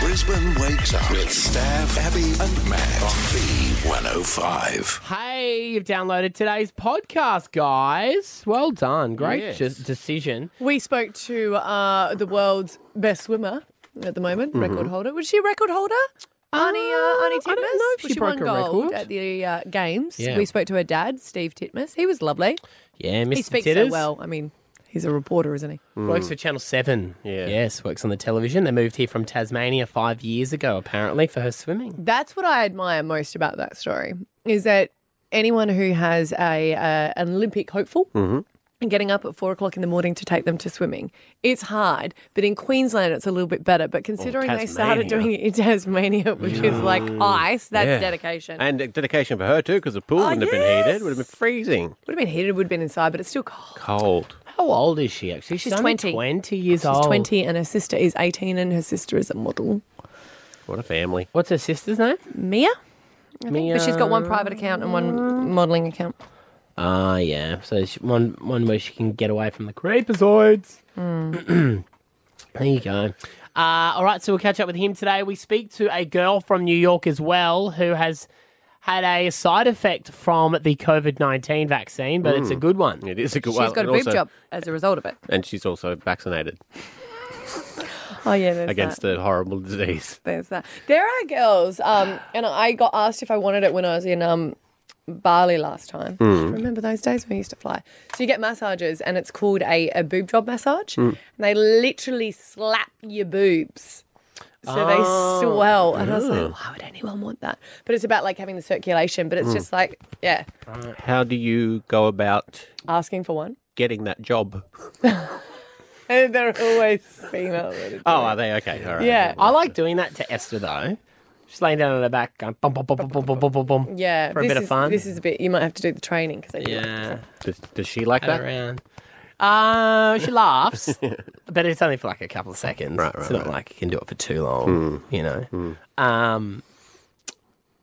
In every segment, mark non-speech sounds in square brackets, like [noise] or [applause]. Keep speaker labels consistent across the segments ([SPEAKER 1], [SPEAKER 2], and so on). [SPEAKER 1] Brisbane wakes up with Staff, Abby, and Matt on B105.
[SPEAKER 2] Hey, you've downloaded today's podcast, guys. Well done. Great ju- decision.
[SPEAKER 3] We spoke to uh, the world's best swimmer at the moment, record holder. Was she a record holder? Arnie, uh, Arnie Titmus.
[SPEAKER 2] Mm-hmm. don't know if
[SPEAKER 3] Well,
[SPEAKER 2] she broke
[SPEAKER 3] won
[SPEAKER 2] a
[SPEAKER 3] gold
[SPEAKER 2] record.
[SPEAKER 3] at the uh, games.
[SPEAKER 2] Yeah.
[SPEAKER 3] We spoke to her dad, Steve Titmus. He was lovely.
[SPEAKER 2] Yeah, Mr.
[SPEAKER 3] He speaks
[SPEAKER 2] Titters.
[SPEAKER 3] so well. I mean, he's a reporter, isn't he?
[SPEAKER 4] [laughs]
[SPEAKER 2] Works for Channel 7.
[SPEAKER 5] Hmm. Yeah.
[SPEAKER 2] Yes, works on the television. They moved here from Tasmania five years ago, apparently, for her swimming.
[SPEAKER 3] That's what I admire most about that story is that anyone who has a uh, an Olympic hopeful and getting up at four o'clock in the morning to take them to swimming, it's hard. But in Queensland, it's a little bit better. But considering they started
[SPEAKER 5] Tasmania.
[SPEAKER 3] doing it in Tasmania, which is like ice, that's
[SPEAKER 5] Yeah.
[SPEAKER 3] dedication.
[SPEAKER 5] And a dedication for her too, because the pool
[SPEAKER 3] Oh,
[SPEAKER 5] wouldn't have
[SPEAKER 3] yes.
[SPEAKER 5] been heated; it would have been freezing
[SPEAKER 3] would have been heated, would have been inside, but it's still cold.
[SPEAKER 5] cold.
[SPEAKER 2] How old is she, actually? She's, only
[SPEAKER 3] 20.
[SPEAKER 2] 20 years
[SPEAKER 3] She's
[SPEAKER 2] old.
[SPEAKER 3] 20 and her sister is 18 and her sister is a model.
[SPEAKER 5] What a family!
[SPEAKER 2] What's her sister's name?
[SPEAKER 3] Mia? But she's got one private account and one modelling account.
[SPEAKER 2] Ah, yeah. So she, one, one where she can get away from the creepazoids. [clears throat]
[SPEAKER 3] Hmm.
[SPEAKER 2] there you go. Uh, all right, so we'll catch up with him today. We speak to a girl from New York as well who has had a side effect from the COVID 19 vaccine, but it's a good one.
[SPEAKER 5] Hmm. It is a good
[SPEAKER 3] She's
[SPEAKER 5] one.
[SPEAKER 3] got a
[SPEAKER 5] and
[SPEAKER 3] boob
[SPEAKER 5] also-
[SPEAKER 3] job as a result of
[SPEAKER 5] [laughs]
[SPEAKER 3] it.
[SPEAKER 5] and she's also vaccinated
[SPEAKER 3] Oh, yeah, there's
[SPEAKER 5] against the horrible disease.
[SPEAKER 3] There's that. There are girls, um, and I got asked if I wanted it when I was in um, Bali last time.
[SPEAKER 2] Mm.
[SPEAKER 3] Remember those days when we used to fly? So you get massages, and it's called a, a boob job massage,
[SPEAKER 2] Mm.
[SPEAKER 3] and they literally slap your boobs. So
[SPEAKER 2] Oh.
[SPEAKER 3] they swell, and I was like, "Why would anyone want that?" But it's about like having the circulation. But it's
[SPEAKER 2] Mm.
[SPEAKER 3] just like, yeah,
[SPEAKER 5] How do you go about
[SPEAKER 3] asking for
[SPEAKER 2] [laughs]
[SPEAKER 3] one.
[SPEAKER 5] getting that job?
[SPEAKER 3] And they're always female. that are
[SPEAKER 5] Oh,
[SPEAKER 3] doing it.
[SPEAKER 5] are they okay? All right.
[SPEAKER 3] yeah,
[SPEAKER 2] I like doing that to Esther though. She's laying down on her back, going bum bum bum bum bum bum bum bum. bum
[SPEAKER 3] [laughs] yeah.
[SPEAKER 2] for a
[SPEAKER 3] this
[SPEAKER 2] bit
[SPEAKER 3] is,
[SPEAKER 2] of fun.
[SPEAKER 3] This is a bit. You might have to do the training because they do like
[SPEAKER 2] yeah,
[SPEAKER 5] Does, does she like that?
[SPEAKER 2] that around. Uh,
[SPEAKER 5] [laughs]
[SPEAKER 2] she laughs, but it's only for like a couple of seconds.
[SPEAKER 5] Right, right,
[SPEAKER 2] it's not
[SPEAKER 5] right. Hmm.
[SPEAKER 2] like you can do it for too long, you know. Um,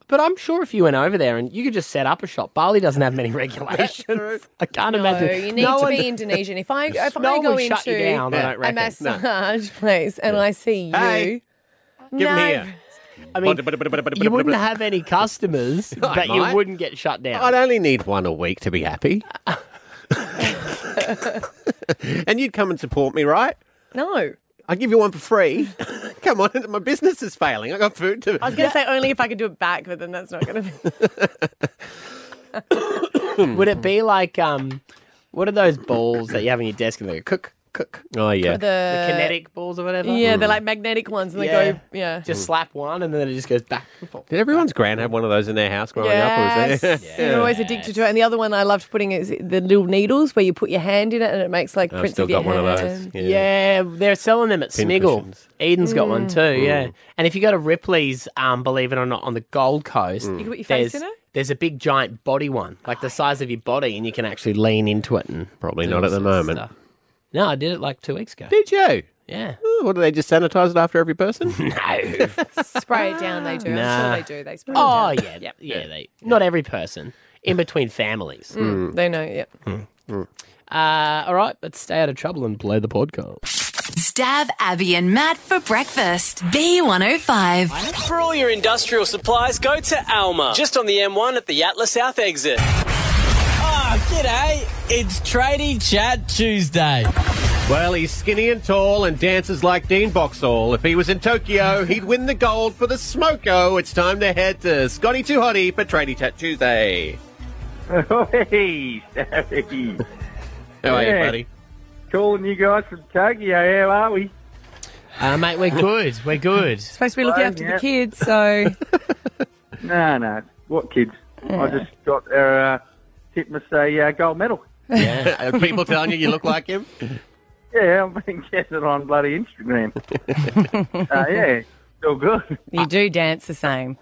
[SPEAKER 2] but I'm sure if you went over there and you could just set up a shop, Bali doesn't have many [laughs] regulations. I can't
[SPEAKER 3] No,
[SPEAKER 2] imagine.
[SPEAKER 3] Oh, you need to
[SPEAKER 2] one-
[SPEAKER 3] be Indonesian. If I if
[SPEAKER 2] No
[SPEAKER 3] I
[SPEAKER 2] one
[SPEAKER 3] go
[SPEAKER 2] would shut you down,
[SPEAKER 3] into
[SPEAKER 2] I don't
[SPEAKER 3] a
[SPEAKER 2] reckon. No.
[SPEAKER 3] massage [laughs] place and I see you,
[SPEAKER 5] Hey, Give
[SPEAKER 3] no,
[SPEAKER 5] me here.
[SPEAKER 2] I mean, [laughs] you wouldn't have
[SPEAKER 5] [laughs]
[SPEAKER 2] any customers, but you
[SPEAKER 5] might.
[SPEAKER 2] wouldn't get shut down.
[SPEAKER 5] I'd only need one a week to
[SPEAKER 3] [laughs]
[SPEAKER 5] be happy. and you'd come and support me, right?
[SPEAKER 3] no.
[SPEAKER 5] I give you one for free. [laughs] Come on, my business is failing. I got food to.
[SPEAKER 3] I was going to say only if I could do it back, but then that's not [laughs] going to be.
[SPEAKER 5] Hmm.
[SPEAKER 2] Would it be like um, what are those balls that you have on your desk and they go cook cook
[SPEAKER 5] Oh yeah,
[SPEAKER 2] the kinetic balls or whatever?
[SPEAKER 3] Uh, Yeah, they're like magnetic ones, and they
[SPEAKER 2] Hmm. Yeah.
[SPEAKER 3] go
[SPEAKER 2] [laughs]
[SPEAKER 3] yeah.
[SPEAKER 5] Hmm.
[SPEAKER 2] Just slap one and then it just goes back and forth.
[SPEAKER 5] Did everyone's gran have one of those in their house growing
[SPEAKER 3] Yes.
[SPEAKER 5] up? Or was
[SPEAKER 3] Yes. [laughs] You're
[SPEAKER 5] [laughs]
[SPEAKER 3] always addicted to it. And the other one I loved putting is the little needles where you put your hand in it and it makes like
[SPEAKER 5] I've
[SPEAKER 3] prints
[SPEAKER 5] still
[SPEAKER 3] of your
[SPEAKER 5] got one of those.
[SPEAKER 3] hand.
[SPEAKER 2] Yeah, they're selling them at
[SPEAKER 5] Pin
[SPEAKER 2] Smiggle.
[SPEAKER 5] cushions. Hmm.
[SPEAKER 2] Eden's got
[SPEAKER 3] Hmm.
[SPEAKER 2] one too, yeah. And if you go to Ripley's, um, believe it or not, on the Gold Coast,
[SPEAKER 5] Hmm.
[SPEAKER 3] You can put your face
[SPEAKER 2] there's,
[SPEAKER 3] in it?
[SPEAKER 2] there's a big giant body one, like the size of your body, and you can actually lean into it. And
[SPEAKER 5] Probably
[SPEAKER 2] do
[SPEAKER 5] not
[SPEAKER 2] all
[SPEAKER 5] at the
[SPEAKER 2] sorts of
[SPEAKER 5] moment.
[SPEAKER 2] stuff. No, I did it like two weeks ago.
[SPEAKER 5] Did you?
[SPEAKER 2] Yeah.
[SPEAKER 5] Oh, What do they just sanitize it after every person?
[SPEAKER 2] [laughs] No.
[SPEAKER 3] [laughs] Spray it down. They do.
[SPEAKER 2] Nah.
[SPEAKER 3] I'm sure they do. They spray
[SPEAKER 2] oh,
[SPEAKER 3] it
[SPEAKER 2] yeah. Yeah, they. Not every person. In between families.
[SPEAKER 3] down. Mm.
[SPEAKER 5] Hmm.
[SPEAKER 3] They know. Yeah.
[SPEAKER 2] Uh, all right, let's stay out of trouble and play the podcast.
[SPEAKER 6] Stab Abby and Matt for breakfast. B105.
[SPEAKER 7] For all your industrial supplies, go to Alma, just on the M1 at the Atlas South exit. Ah, g'day. It's Tradie Chat Tuesday.
[SPEAKER 5] well, he's skinny and tall and dances like Dean Boxall. If he was in Tokyo, he'd win the gold for the Smoko. It's time to head to Scotty Too Hottie for Tradie Chat Tuesday.
[SPEAKER 8] Hey, Savvy.
[SPEAKER 5] How are you,
[SPEAKER 8] Yeah.
[SPEAKER 5] buddy?
[SPEAKER 8] Calling you guys from Tokyo, how are we?
[SPEAKER 2] Uh, mate, we're good. We're
[SPEAKER 3] [laughs]
[SPEAKER 2] good.
[SPEAKER 3] Supposed to be looking
[SPEAKER 8] Fine,
[SPEAKER 3] after
[SPEAKER 8] yeah.
[SPEAKER 3] the kids, so
[SPEAKER 8] [laughs] No, no. What kids? I just got their uh, tip me say uh, gold medal.
[SPEAKER 5] Yeah. Are people telling you you look like him?
[SPEAKER 8] [laughs] Yeah, I've been getting it on bloody
[SPEAKER 5] [laughs]
[SPEAKER 8] Instagram. uh, yeah, still good.
[SPEAKER 3] you do dance the same.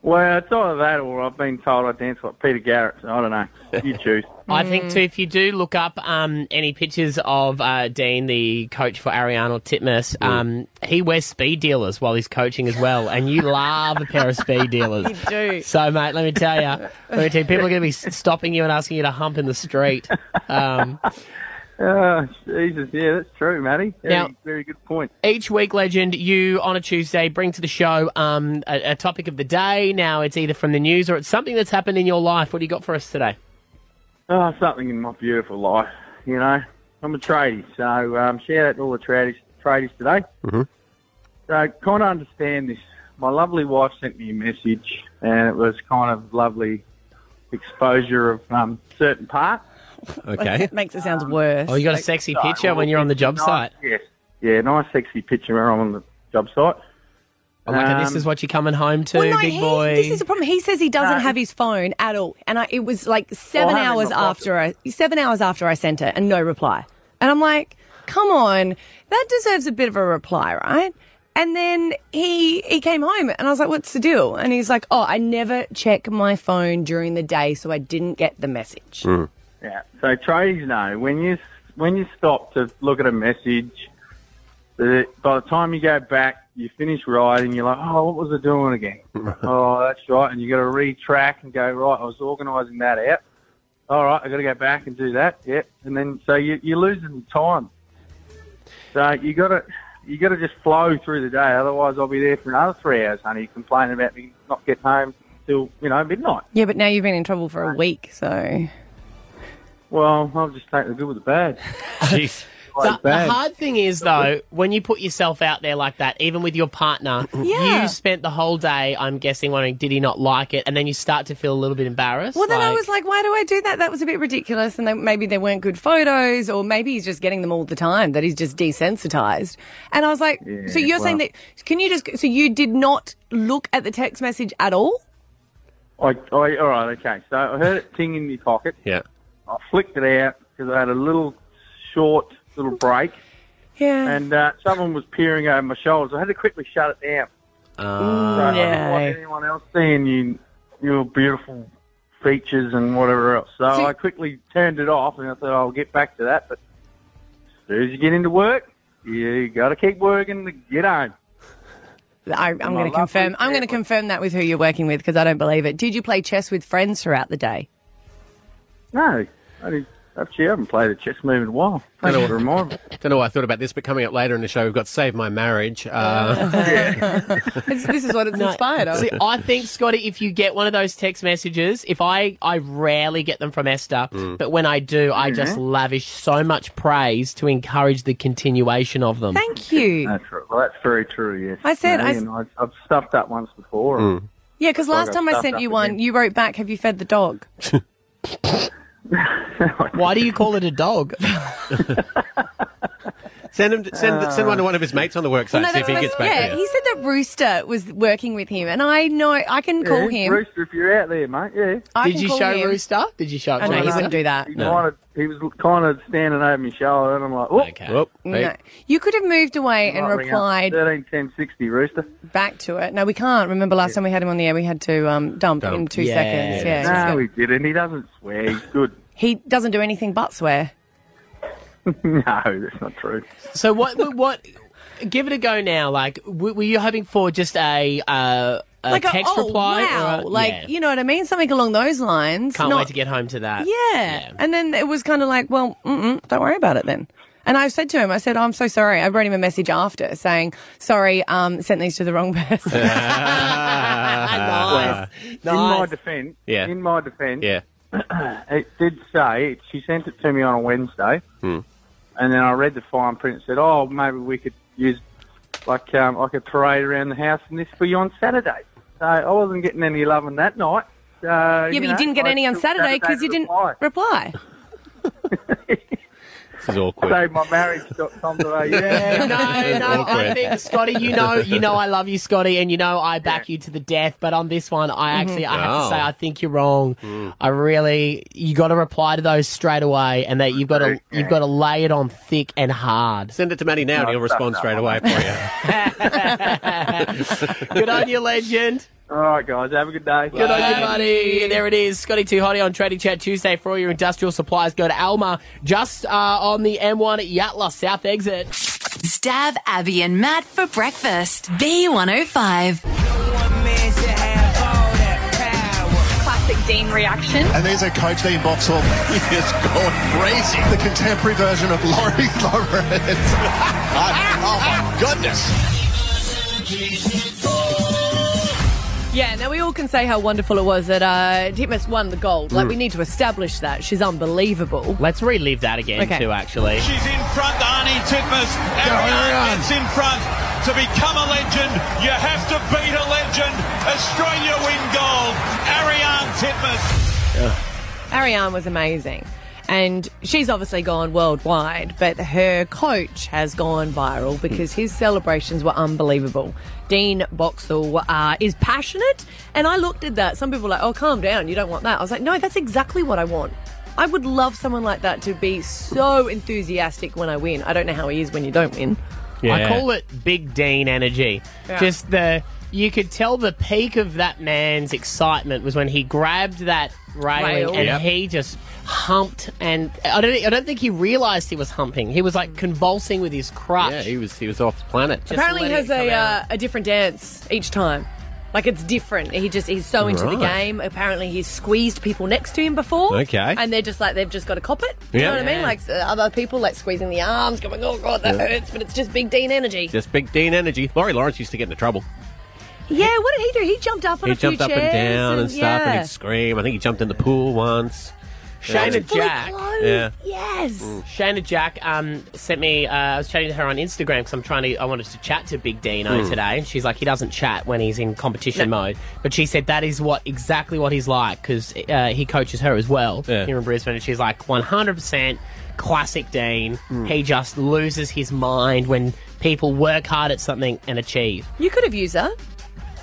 [SPEAKER 8] Well, it's either that or I've been told I dance like Peter Garrett, so I don't know.
[SPEAKER 5] [laughs]
[SPEAKER 8] You choose.
[SPEAKER 2] I think too, if you do look up um, any pictures of uh, Dean, the coach for Ariana Titmus, um, he wears speed dealers while he's coaching as well, and you love a pair of
[SPEAKER 3] [laughs]
[SPEAKER 2] speed dealers.
[SPEAKER 3] do.
[SPEAKER 2] So, mate, let me
[SPEAKER 3] [laughs]
[SPEAKER 2] tell you, let me tell you, people are going to be s- stopping you and asking you to hump in the street. Um,
[SPEAKER 8] Oh, Jesus, yeah, that's true, Matty. Very,
[SPEAKER 2] Now-
[SPEAKER 8] very good point.
[SPEAKER 2] Each week, legend, you on a Tuesday bring to the show um, a, a topic of the day. Now it's either from the news or it's something that's happened in your life. What do you got for us today?
[SPEAKER 8] Oh, something in my beautiful life, you know. I'm a tradie, so um, shout out to all the tradies, tradies today. Mm-hmm. So, kind of understand this. My lovely wife sent me a message, and it was kind of lovely exposure of um, certain parts.
[SPEAKER 5] Okay.
[SPEAKER 3] It makes it sound worse.
[SPEAKER 2] Oh, you got a sexy
[SPEAKER 8] So,
[SPEAKER 2] picture when you're on the job
[SPEAKER 8] nice-
[SPEAKER 2] site.
[SPEAKER 8] Yes. Yeah, nice sexy picture when I'm on the job site.
[SPEAKER 2] I like how this
[SPEAKER 8] Um,
[SPEAKER 2] is what you're coming home to,
[SPEAKER 3] well, no,
[SPEAKER 2] big
[SPEAKER 3] he,
[SPEAKER 2] boy.
[SPEAKER 3] this is the problem. He says he doesn't
[SPEAKER 8] No.
[SPEAKER 3] have his phone at all, and I, it was like seven
[SPEAKER 8] I haven't
[SPEAKER 3] hours
[SPEAKER 8] replied
[SPEAKER 3] after I seven hours after I sent it, and no reply. And I'm like, come on, that deserves a bit of a reply, right? And then he he came home, and I was like, what's the deal? And he's like, oh, I never check my phone during the day, so I didn't get the message.
[SPEAKER 8] Yeah. So tradies know when you when you stop to look at a message, uh, by the time you go back, you finish writing, you're like, oh, what was I doing again? oh, that's right. And you got to retrack and go right. I was organising that out. All right, I got to go back and do that. Yep. And then so you, you're losing time. So you got to. You got to just flow through the day, otherwise I'll be there for another three hours, honey. Complaining about me not getting home till you know midnight.
[SPEAKER 3] Yeah, but now you've been in trouble for a week, so
[SPEAKER 8] Well, I'll just take the good with the bad.
[SPEAKER 2] Jeez. The,
[SPEAKER 8] Like
[SPEAKER 2] the
[SPEAKER 8] bad.
[SPEAKER 2] hard thing is though, when you put yourself out there like that, even with your partner,
[SPEAKER 3] Yeah.
[SPEAKER 2] you spent the whole day, I'm guessing, wondering, did he not like it? And then you start to feel a little bit embarrassed.
[SPEAKER 3] Well, then I was like, why do I do that? That was a bit ridiculous. And they, maybe there weren't good photos, or maybe he's just getting them all the time, that he's just desensitized. And I was like, so you're saying
[SPEAKER 8] well-
[SPEAKER 3] that, can you just, so you did not look at the text message at all?
[SPEAKER 8] I, I, all right, okay. So I heard it ting in my pocket.
[SPEAKER 5] Yeah.
[SPEAKER 8] I flicked it out because I had a little short little break,
[SPEAKER 3] Yeah.
[SPEAKER 8] and uh, someone was peering over my shoulders. I had to quickly shut it down. so I didn't want anyone else seeing you, your beautiful features and whatever else. So,
[SPEAKER 3] So-
[SPEAKER 8] I quickly turned it off, and I thought I'll get back to that. But as soon as you get into work, you got to keep working to get home.
[SPEAKER 3] I, I'm going to
[SPEAKER 8] lovely
[SPEAKER 3] confirm. I'm going to
[SPEAKER 8] family.
[SPEAKER 3] confirm that with who you're working with because I don't believe it. Did you play chess with friends throughout the day?
[SPEAKER 8] No, I didn't. Actually, I haven't played a chess move in a while. I don't want to remind me.
[SPEAKER 5] Don't know why I thought about this, but coming up later in the show, we've got Save My
[SPEAKER 8] [laughs]
[SPEAKER 5] Marriage. Uh,
[SPEAKER 3] This, this is what it's inspired of.
[SPEAKER 2] See, I think, Scotty, if you get one of those text messages, if I, I rarely get them from Esther,
[SPEAKER 8] Mm.
[SPEAKER 2] but when I do,
[SPEAKER 3] Mm-hmm.
[SPEAKER 2] I just lavish so much praise to encourage the continuation of them.
[SPEAKER 3] Thank you.
[SPEAKER 8] Um, [laughs] That's right. Well, that's very true. Yes.
[SPEAKER 3] I said- I s-
[SPEAKER 8] I, have stuffed up once before.
[SPEAKER 3] Yeah, because last
[SPEAKER 8] got
[SPEAKER 3] time I
[SPEAKER 8] stuffed
[SPEAKER 3] sent
[SPEAKER 8] up
[SPEAKER 3] you one,
[SPEAKER 8] again.
[SPEAKER 3] you wrote back, "Have you fed the
[SPEAKER 8] [laughs]
[SPEAKER 3] dog?"
[SPEAKER 2] Why do you call it a
[SPEAKER 3] [laughs]
[SPEAKER 2] dog?
[SPEAKER 5] send him, send, send
[SPEAKER 8] Uh.
[SPEAKER 5] one to one of his mates on the work site,
[SPEAKER 3] No,
[SPEAKER 5] see if
[SPEAKER 3] that's
[SPEAKER 5] he
[SPEAKER 3] what I-
[SPEAKER 5] gets back
[SPEAKER 3] yeah,
[SPEAKER 5] to you.
[SPEAKER 3] he said that Rooster was working with him, and I know I can call
[SPEAKER 8] Yeah,
[SPEAKER 3] him.
[SPEAKER 8] Rooster, if you're out there, mate. Yeah.
[SPEAKER 3] I
[SPEAKER 2] Did
[SPEAKER 3] can
[SPEAKER 2] you
[SPEAKER 3] call
[SPEAKER 2] show
[SPEAKER 3] him.
[SPEAKER 2] Rooster? Did you show it
[SPEAKER 3] I
[SPEAKER 2] to
[SPEAKER 3] know he
[SPEAKER 2] Rooster?
[SPEAKER 3] wouldn't do that.
[SPEAKER 8] He, might have, he was kind of standing over my shoulder, and I'm like, oh,
[SPEAKER 2] Okay.
[SPEAKER 5] Whoop,
[SPEAKER 3] No. You could have moved away and replied
[SPEAKER 8] Thirteen ten sixty, Rooster.
[SPEAKER 3] back to it. No, we can't. Remember last time we had him on the air, we had to um, dump,
[SPEAKER 5] Dump.
[SPEAKER 3] in two
[SPEAKER 2] Yeah,
[SPEAKER 3] seconds. Yeah,
[SPEAKER 2] that's
[SPEAKER 8] No,
[SPEAKER 3] he's
[SPEAKER 8] he didn't. He doesn't swear. He's good. [laughs]
[SPEAKER 3] good. he doesn't do anything but swear.
[SPEAKER 8] no, that's not true.
[SPEAKER 2] So what? what- what? Give it a go now. Like, w- were you hoping for just a uh, a
[SPEAKER 3] Like a,
[SPEAKER 2] text
[SPEAKER 3] oh
[SPEAKER 2] reply?
[SPEAKER 3] wow,
[SPEAKER 2] or a-
[SPEAKER 3] like
[SPEAKER 2] yeah.
[SPEAKER 3] you know what I mean? Something along those lines.
[SPEAKER 2] can't
[SPEAKER 3] Not-
[SPEAKER 2] wait to get home to that.
[SPEAKER 3] Yeah. And then it was kind of like, well, mm-mm, don't worry about it then. And I said to him, I said, oh, I'm so sorry. I wrote him a message after saying, sorry, um, sent these to the wrong [laughs] person.
[SPEAKER 2] nice.
[SPEAKER 8] In my
[SPEAKER 2] nice.
[SPEAKER 8] defence,
[SPEAKER 5] Yeah.
[SPEAKER 8] In my defence,
[SPEAKER 5] Yeah.
[SPEAKER 8] [clears throat] it did say she sent it to me on a Wednesday,
[SPEAKER 5] Hmm.
[SPEAKER 8] and then I read the fine print and said, "Oh, maybe we could use like um, I could parade around the house and this for you on Saturday." So I wasn't getting any loving that night. So, yeah,
[SPEAKER 3] yeah, but you didn't get any on Saturday because you didn't reply.
[SPEAKER 5] This is awkward.
[SPEAKER 8] Save my marriage. yeah.
[SPEAKER 2] [laughs] no, no, I
[SPEAKER 5] Awkward.
[SPEAKER 2] think Scotty, you know, you know, I love you, Scotty, and you know, I back you to the death. But on this one,
[SPEAKER 5] Mm-hmm.
[SPEAKER 2] I actually, I have to
[SPEAKER 5] Wow.
[SPEAKER 2] say, I think you're wrong.
[SPEAKER 5] Mm.
[SPEAKER 2] I really, you got to reply to those straight away, and that you've got to, you've got to lay it on thick and hard.
[SPEAKER 5] Send it to Matty now and he'll respond straight away for you.
[SPEAKER 2] [laughs] Good on you, legend.
[SPEAKER 8] All right, guys. Have a good day.
[SPEAKER 2] Good on you, buddy. There it is. Scotty Too Hotty on Trading Chat Tuesday for all your industrial supplies. Go to Alma just uh, on the M1 at Yatla South exit.
[SPEAKER 6] Stab Abby and Matt for breakfast. B105.
[SPEAKER 9] Classic scene reaction.
[SPEAKER 10] And there's our coach Dean Boxall. [laughs] He is going crazy. The contemporary version of Laurie [laughs] Lawrence. [laughs] I- oh my goodness.
[SPEAKER 3] Yeah, now we all can say how wonderful it was that uh, Titmus won the gold. Like, we
[SPEAKER 2] Mm.
[SPEAKER 3] need to establish that. She's unbelievable.
[SPEAKER 2] Let's relive that again,
[SPEAKER 3] Okay.
[SPEAKER 2] too, actually.
[SPEAKER 11] She's in front, Arnie Titmus. Ariane It's in front. To become a legend, you have to beat a legend. Australia win gold. Ariane Titmus.
[SPEAKER 3] Ariane was amazing. And she's obviously gone worldwide, but her coach has gone viral because his celebrations were unbelievable. Dean Boxall uh, is passionate, and I looked at that. Some people were like, oh, calm down, you don't want that. I was like, no, that's exactly what I want. I would love someone like that to be so enthusiastic when I win. I don't know how he is when you don't win.
[SPEAKER 2] I call it Big Dean energy.
[SPEAKER 3] Yeah.
[SPEAKER 2] Just the you could tell the peak of that man's excitement was when he grabbed that railing
[SPEAKER 7] Rail.
[SPEAKER 2] and
[SPEAKER 7] Yep.
[SPEAKER 2] he just humped and I don't I don't think he realized he was humping. He was
[SPEAKER 3] Mm.
[SPEAKER 2] like convulsing with his crutch.
[SPEAKER 5] Yeah, he was he was off planet.
[SPEAKER 3] Apparently, he has a uh, a different dance each time. Like it's different. He just he's so into the
[SPEAKER 5] Right.
[SPEAKER 3] game. Apparently, he's squeezed people next to him before.
[SPEAKER 5] Okay.
[SPEAKER 3] and they're just like they've just got to cop it. You
[SPEAKER 5] Yeah.
[SPEAKER 3] know what I mean?
[SPEAKER 5] Yeah.
[SPEAKER 3] Like uh, other people like squeezing the arms, going, "Oh god, that
[SPEAKER 5] Yeah.
[SPEAKER 3] hurts," but it's just Big Dean energy.
[SPEAKER 5] Just big Dean energy. Laurie Lawrence used to get into trouble.
[SPEAKER 3] yeah, what did he do? He jumped up on
[SPEAKER 5] he
[SPEAKER 3] a few
[SPEAKER 5] jumped up
[SPEAKER 3] chairs
[SPEAKER 5] and down and, stuff, and
[SPEAKER 3] yeah.
[SPEAKER 5] he'd scream. I think he jumped in the pool once.
[SPEAKER 2] Shane
[SPEAKER 5] Yeah.
[SPEAKER 2] and Jack.
[SPEAKER 5] Yeah.
[SPEAKER 3] Yes.
[SPEAKER 2] Shana Mm. Jack um, sent me. Uh, I was chatting to her on Instagram because I'm trying to. I wanted to chat to Big Dino
[SPEAKER 7] Mm.
[SPEAKER 2] today, and she's like, he doesn't chat when he's in competition mode. But she said that is what exactly what he's like because uh, he coaches her as well here in Brisbane, and she's like 100 percent classic Dean. He just loses his mind when people work hard at something and achieve.
[SPEAKER 3] You could have used that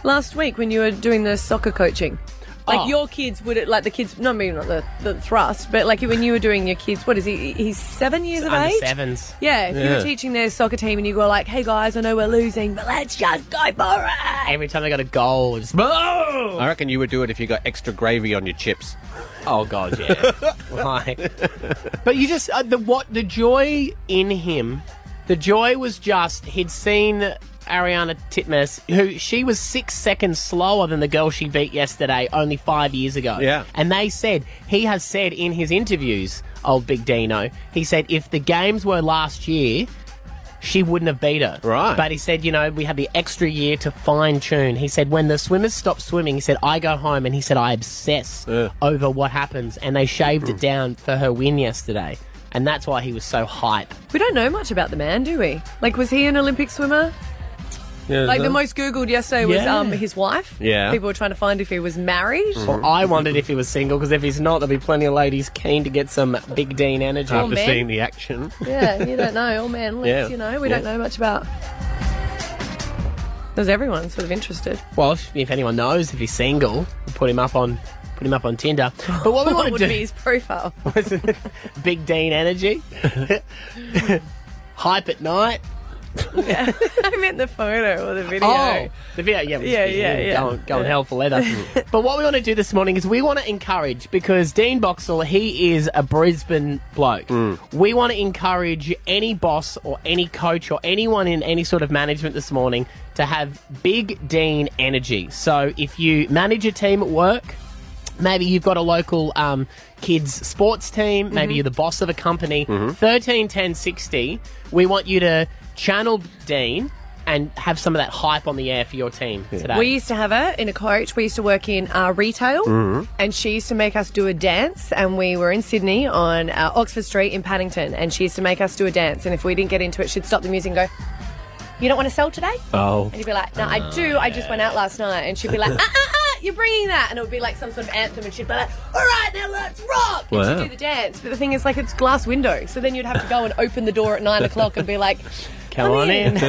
[SPEAKER 3] last week when you were doing the soccer coaching. Like
[SPEAKER 2] Oh.
[SPEAKER 3] your kids would it like the kids? No, I mean not the, the thrust, but like when you were doing your kids. What is he? He's seven years of
[SPEAKER 2] Under
[SPEAKER 3] age.
[SPEAKER 2] sevens.
[SPEAKER 3] Yeah, if you were
[SPEAKER 2] Yeah.
[SPEAKER 3] teaching their soccer team and you were like, hey guys, I know we're losing, but let's just go for it.
[SPEAKER 2] Every time they got a goal, it's
[SPEAKER 5] Oh, I reckon you would do it if you got extra gravy on your chips.
[SPEAKER 2] Oh
[SPEAKER 5] [laughs]
[SPEAKER 2] god, yeah. like, but you just uh, the what the joy in him, the joy was just he'd seen Ariana Titmus, who she was six seconds slower than the girl she beat yesterday, only five years ago.
[SPEAKER 7] Yeah.
[SPEAKER 2] and they said he has said in his interviews, old Big Dino, he said if the games were last year. She wouldn't have beat her. Right. But he said, you know, we had the extra year to fine tune. He said, when the swimmers stopped swimming, he said, I go home and he said, I obsess over what happens. And they shaved it down for her win yesterday. And that's why he was so hype.
[SPEAKER 3] We don't know much about the man, do we? Like, was he an Olympic swimmer? like, the most Googled yesterday was
[SPEAKER 2] Yeah.
[SPEAKER 3] um, his wife.
[SPEAKER 2] Yeah. Mm-hmm.
[SPEAKER 3] People were trying to find if he was married.
[SPEAKER 2] Well, I wondered if he was single because if he's not, there'll be plenty of ladies keen to get some Big Dean energy
[SPEAKER 3] After Or men. seeing
[SPEAKER 5] the action.
[SPEAKER 3] yeah, you don't know. All men,
[SPEAKER 2] Yeah.
[SPEAKER 3] let's, you know, we don't
[SPEAKER 2] Yeah.
[SPEAKER 3] know much about. Does everyone sort of interested?
[SPEAKER 2] Well, if, if anyone knows if he's single, we'll put him up on put him up on Tinder.
[SPEAKER 3] [laughs]
[SPEAKER 2] But what we want to
[SPEAKER 3] would
[SPEAKER 2] do
[SPEAKER 3] be his profile?
[SPEAKER 2] Big Dean energy, hype at night.
[SPEAKER 3] [laughs] I meant the photo or the video.
[SPEAKER 2] Oh, the video, yeah, we-
[SPEAKER 3] Yeah, yeah,
[SPEAKER 2] we
[SPEAKER 3] yeah.
[SPEAKER 2] Go, on- go on
[SPEAKER 3] Yeah.
[SPEAKER 2] hell for leather. but what we want to do this morning is we want to encourage because Dean Boxall, he is a Brisbane bloke.
[SPEAKER 5] Mm.
[SPEAKER 2] We want to encourage any boss or any coach or anyone in any sort of management this morning to have big Dean energy. So if you manage a team at work, Maybe you've got a local um, kids sports team. Maybe
[SPEAKER 7] Mhm.
[SPEAKER 2] you're the boss of a company. Thirteen, ten, sixty. We want you to channel Dean and have some of that hype on the air for your team today.
[SPEAKER 3] We used to have her in a coach. We used to work in uh, retail,
[SPEAKER 2] Mhm.
[SPEAKER 3] and she used to make us do a dance. And we were in Sydney on uh, Oxford Street in Paddington, and she used to make us do a dance. And if we didn't get into it, she'd stop the music and go, "You don't want to sell today?"
[SPEAKER 5] Oh.
[SPEAKER 3] And you'd be like, "No, I do. I just went out last night." And she'd be like, "Ah, ah, ah! You're bringing that!" And it would be like some sort of anthem, and she'd be like, "All right, now let's rock!" And
[SPEAKER 7] Wow.
[SPEAKER 3] she'd do the dance. But the thing is, like, it's glass window, so then you'd have to go and open the door at nine o'clock and be like,
[SPEAKER 2] [laughs] Come on [laughs] in.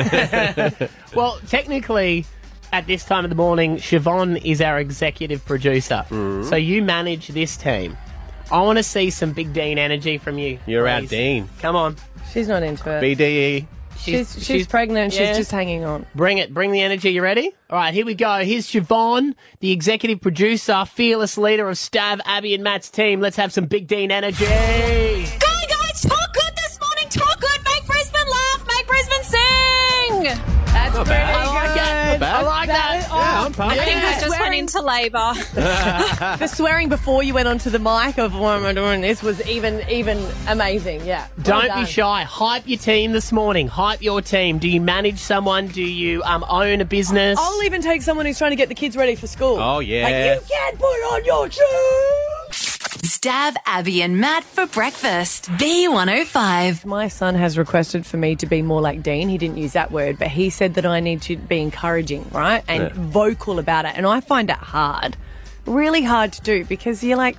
[SPEAKER 2] well, technically, at this time of the morning, Siobhan is our executive producer. So you manage this team. I want to see some Big Dean energy from you.
[SPEAKER 5] You're our
[SPEAKER 2] please.
[SPEAKER 5] Dean. E.
[SPEAKER 2] Come on.
[SPEAKER 3] "She's not into it."
[SPEAKER 5] BDE.
[SPEAKER 3] She's, she's, pregnant. She's just hanging on.
[SPEAKER 2] Bring it. Bring the energy. You ready? All right, here we go. Here's Siobhan, the executive producer, fearless leader of Stav, Abby, and Matt's team. Let's have some Big Dean energy.
[SPEAKER 6] Go, guys! Talk good this morning. Talk good. Make Brisbane laugh. Make Brisbane sing.
[SPEAKER 12] That's
[SPEAKER 5] Not
[SPEAKER 12] pretty
[SPEAKER 5] bad.
[SPEAKER 12] good.
[SPEAKER 5] I like it. Not bad.
[SPEAKER 12] I like that.
[SPEAKER 5] Yeah, I'm pumped.
[SPEAKER 3] Oh, I think
[SPEAKER 12] Yeah.
[SPEAKER 3] the
[SPEAKER 12] Just
[SPEAKER 3] swearing
[SPEAKER 12] went
[SPEAKER 3] into labour. the swearing before you went onto the mic of what am I doing? This was even even amazing. Yeah. Well
[SPEAKER 2] Don't
[SPEAKER 3] done.
[SPEAKER 2] be shy. Hype your team this morning. Hype your team. Do you manage someone? Do you um, own a business?
[SPEAKER 3] I'll even take someone who's trying to get the kids ready for school.
[SPEAKER 2] Oh, yeah.
[SPEAKER 3] Like, you can put on your shoes.
[SPEAKER 6] Stab Abby and Matt for breakfast. B105.
[SPEAKER 3] My son has requested for me to be more like Dean. He didn't use that word, but he said that I need to be encouraging, right? And
[SPEAKER 2] Yeah.
[SPEAKER 3] vocal about it. And I find it hard. Really hard to do because you're like,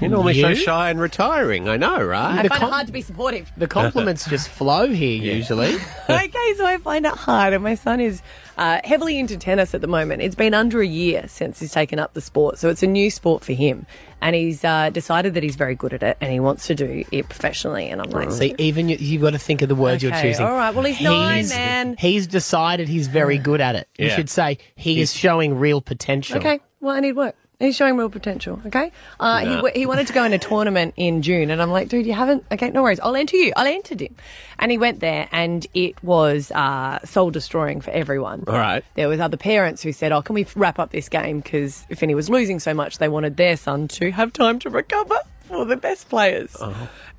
[SPEAKER 5] You're normally so
[SPEAKER 2] You?
[SPEAKER 5] shy and retiring. I know, right?
[SPEAKER 3] I find it hard to be supportive.
[SPEAKER 2] The compliments just flow here
[SPEAKER 3] [laughs]
[SPEAKER 2] usually.
[SPEAKER 3] okay, so I find it hard. And my son is uh, heavily into tennis at the moment. It's been under a year since he's taken up the sport. So it's a new sport for him. And he's uh, decided that he's very good at it and he wants to do it professionally. And I'm like,
[SPEAKER 2] See, even you, you've got to think of the words you're
[SPEAKER 3] Okay,
[SPEAKER 2] choosing.
[SPEAKER 3] all right. Well, he's nine, man.
[SPEAKER 2] He's decided he's very good at it. You
[SPEAKER 3] Yeah.
[SPEAKER 2] should say he is showing real potential.
[SPEAKER 3] Okay, well, I need work. He's showing real potential. Okay, uh, he
[SPEAKER 2] Nah.
[SPEAKER 3] he he wanted to go in a tournament in June, and I'm like, dude, you haven't. Okay, no worries. I'll enter you. I entered him, and he went there, and it was uh, soul destroying for everyone.
[SPEAKER 5] All right.
[SPEAKER 3] There was other parents who said, "Oh, can we wrap up this game?" Because Finney was losing so much, they wanted their son to have time to recover for the best players.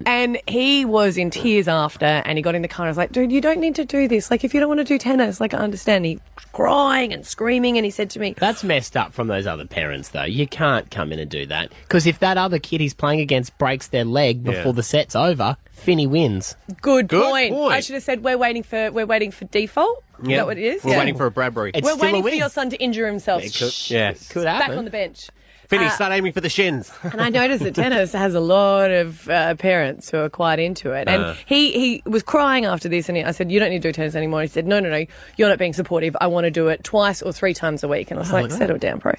[SPEAKER 3] And he was in tears after, and he got in the car. and I was like, dude, you don't need to do this. Like, if you don't want to do tennis, like, I understand. He crying and screaming, and he said to me,
[SPEAKER 2] That's messed up from those other parents, though. You can't come in and do that. Because if that other kid he's playing against breaks their leg
[SPEAKER 3] Yeah.
[SPEAKER 2] before the set's over, Finney wins.
[SPEAKER 3] Good,
[SPEAKER 2] Good
[SPEAKER 3] point.
[SPEAKER 2] point.
[SPEAKER 3] I should have said we're waiting for we're waiting for default. Is
[SPEAKER 2] Yeah.
[SPEAKER 3] that what it is?
[SPEAKER 5] We're waiting for a Bradbury.
[SPEAKER 3] we're waiting for your son to injure himself.
[SPEAKER 5] It could-
[SPEAKER 3] Shh.
[SPEAKER 5] yes. Could
[SPEAKER 3] back
[SPEAKER 5] happen.
[SPEAKER 3] on the bench.
[SPEAKER 5] Finney,
[SPEAKER 3] Uh,
[SPEAKER 5] start aiming for the shins.
[SPEAKER 3] and I noticed that tennis has a lot of uh, parents who are quite into it. And
[SPEAKER 5] Uh.
[SPEAKER 3] he, he was crying after this, and he, I said, "You don't need to do tennis anymore." He said, "No, no, no, you're not being supportive. I want to do it twice or three times a week." And I was
[SPEAKER 5] Wow,
[SPEAKER 3] like,
[SPEAKER 5] Oh, no.
[SPEAKER 3] "Settle down, bro."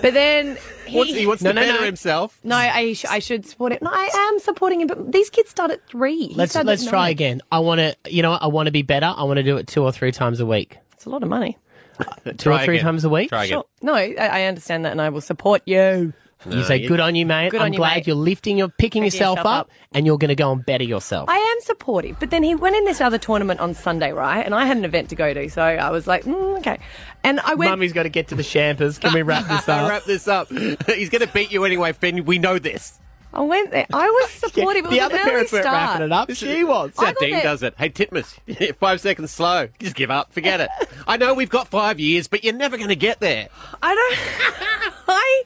[SPEAKER 3] But then he,
[SPEAKER 5] [laughs] What's- he wants to better himself.
[SPEAKER 3] No, I, sh- I should support it. No, I am supporting him, but these kids start at three. He
[SPEAKER 2] Let's
[SPEAKER 3] started
[SPEAKER 2] let's
[SPEAKER 3] at
[SPEAKER 2] try
[SPEAKER 3] nine.
[SPEAKER 2] again. I want to, you know, what? I want to be better. I want to do it two or three times a week.
[SPEAKER 3] It's a lot of money.
[SPEAKER 2] Two or three times a week.
[SPEAKER 3] Sure. No, I, I understand that, and I will support you.
[SPEAKER 2] You say, "Good on you, mate.
[SPEAKER 3] Good
[SPEAKER 2] I'm
[SPEAKER 3] on you,
[SPEAKER 2] glad
[SPEAKER 3] mate."
[SPEAKER 2] you're lifting, you're picking
[SPEAKER 3] Pick
[SPEAKER 2] yourself,
[SPEAKER 3] yourself
[SPEAKER 2] up, and you're going to go and better yourself."
[SPEAKER 3] I am supportive, but then he went in this other tournament on Sunday, right? And I had an event to go to, so I was like, mm, okay. And I went.
[SPEAKER 2] Mummy's got to get to the champers. Can
[SPEAKER 5] [laughs]
[SPEAKER 2] we
[SPEAKER 3] [laughs]
[SPEAKER 2] wrap this up?
[SPEAKER 5] Wrap this up. He's going to beat you anyway, Finn. We know this.
[SPEAKER 3] I went there. I
[SPEAKER 2] [laughs]
[SPEAKER 3] was supportive. It was
[SPEAKER 2] the
[SPEAKER 3] an
[SPEAKER 2] other
[SPEAKER 3] early
[SPEAKER 2] parents weren't
[SPEAKER 3] start.
[SPEAKER 2] wrapping it up. She was.
[SPEAKER 5] That's
[SPEAKER 3] I
[SPEAKER 5] how
[SPEAKER 3] got
[SPEAKER 5] Dean
[SPEAKER 3] there-
[SPEAKER 5] does it. Hey, Titmus, [laughs] five seconds slow. Just give up. Forget it. I know we've got five years, but you're never going to get there.
[SPEAKER 3] I don't. [laughs] I,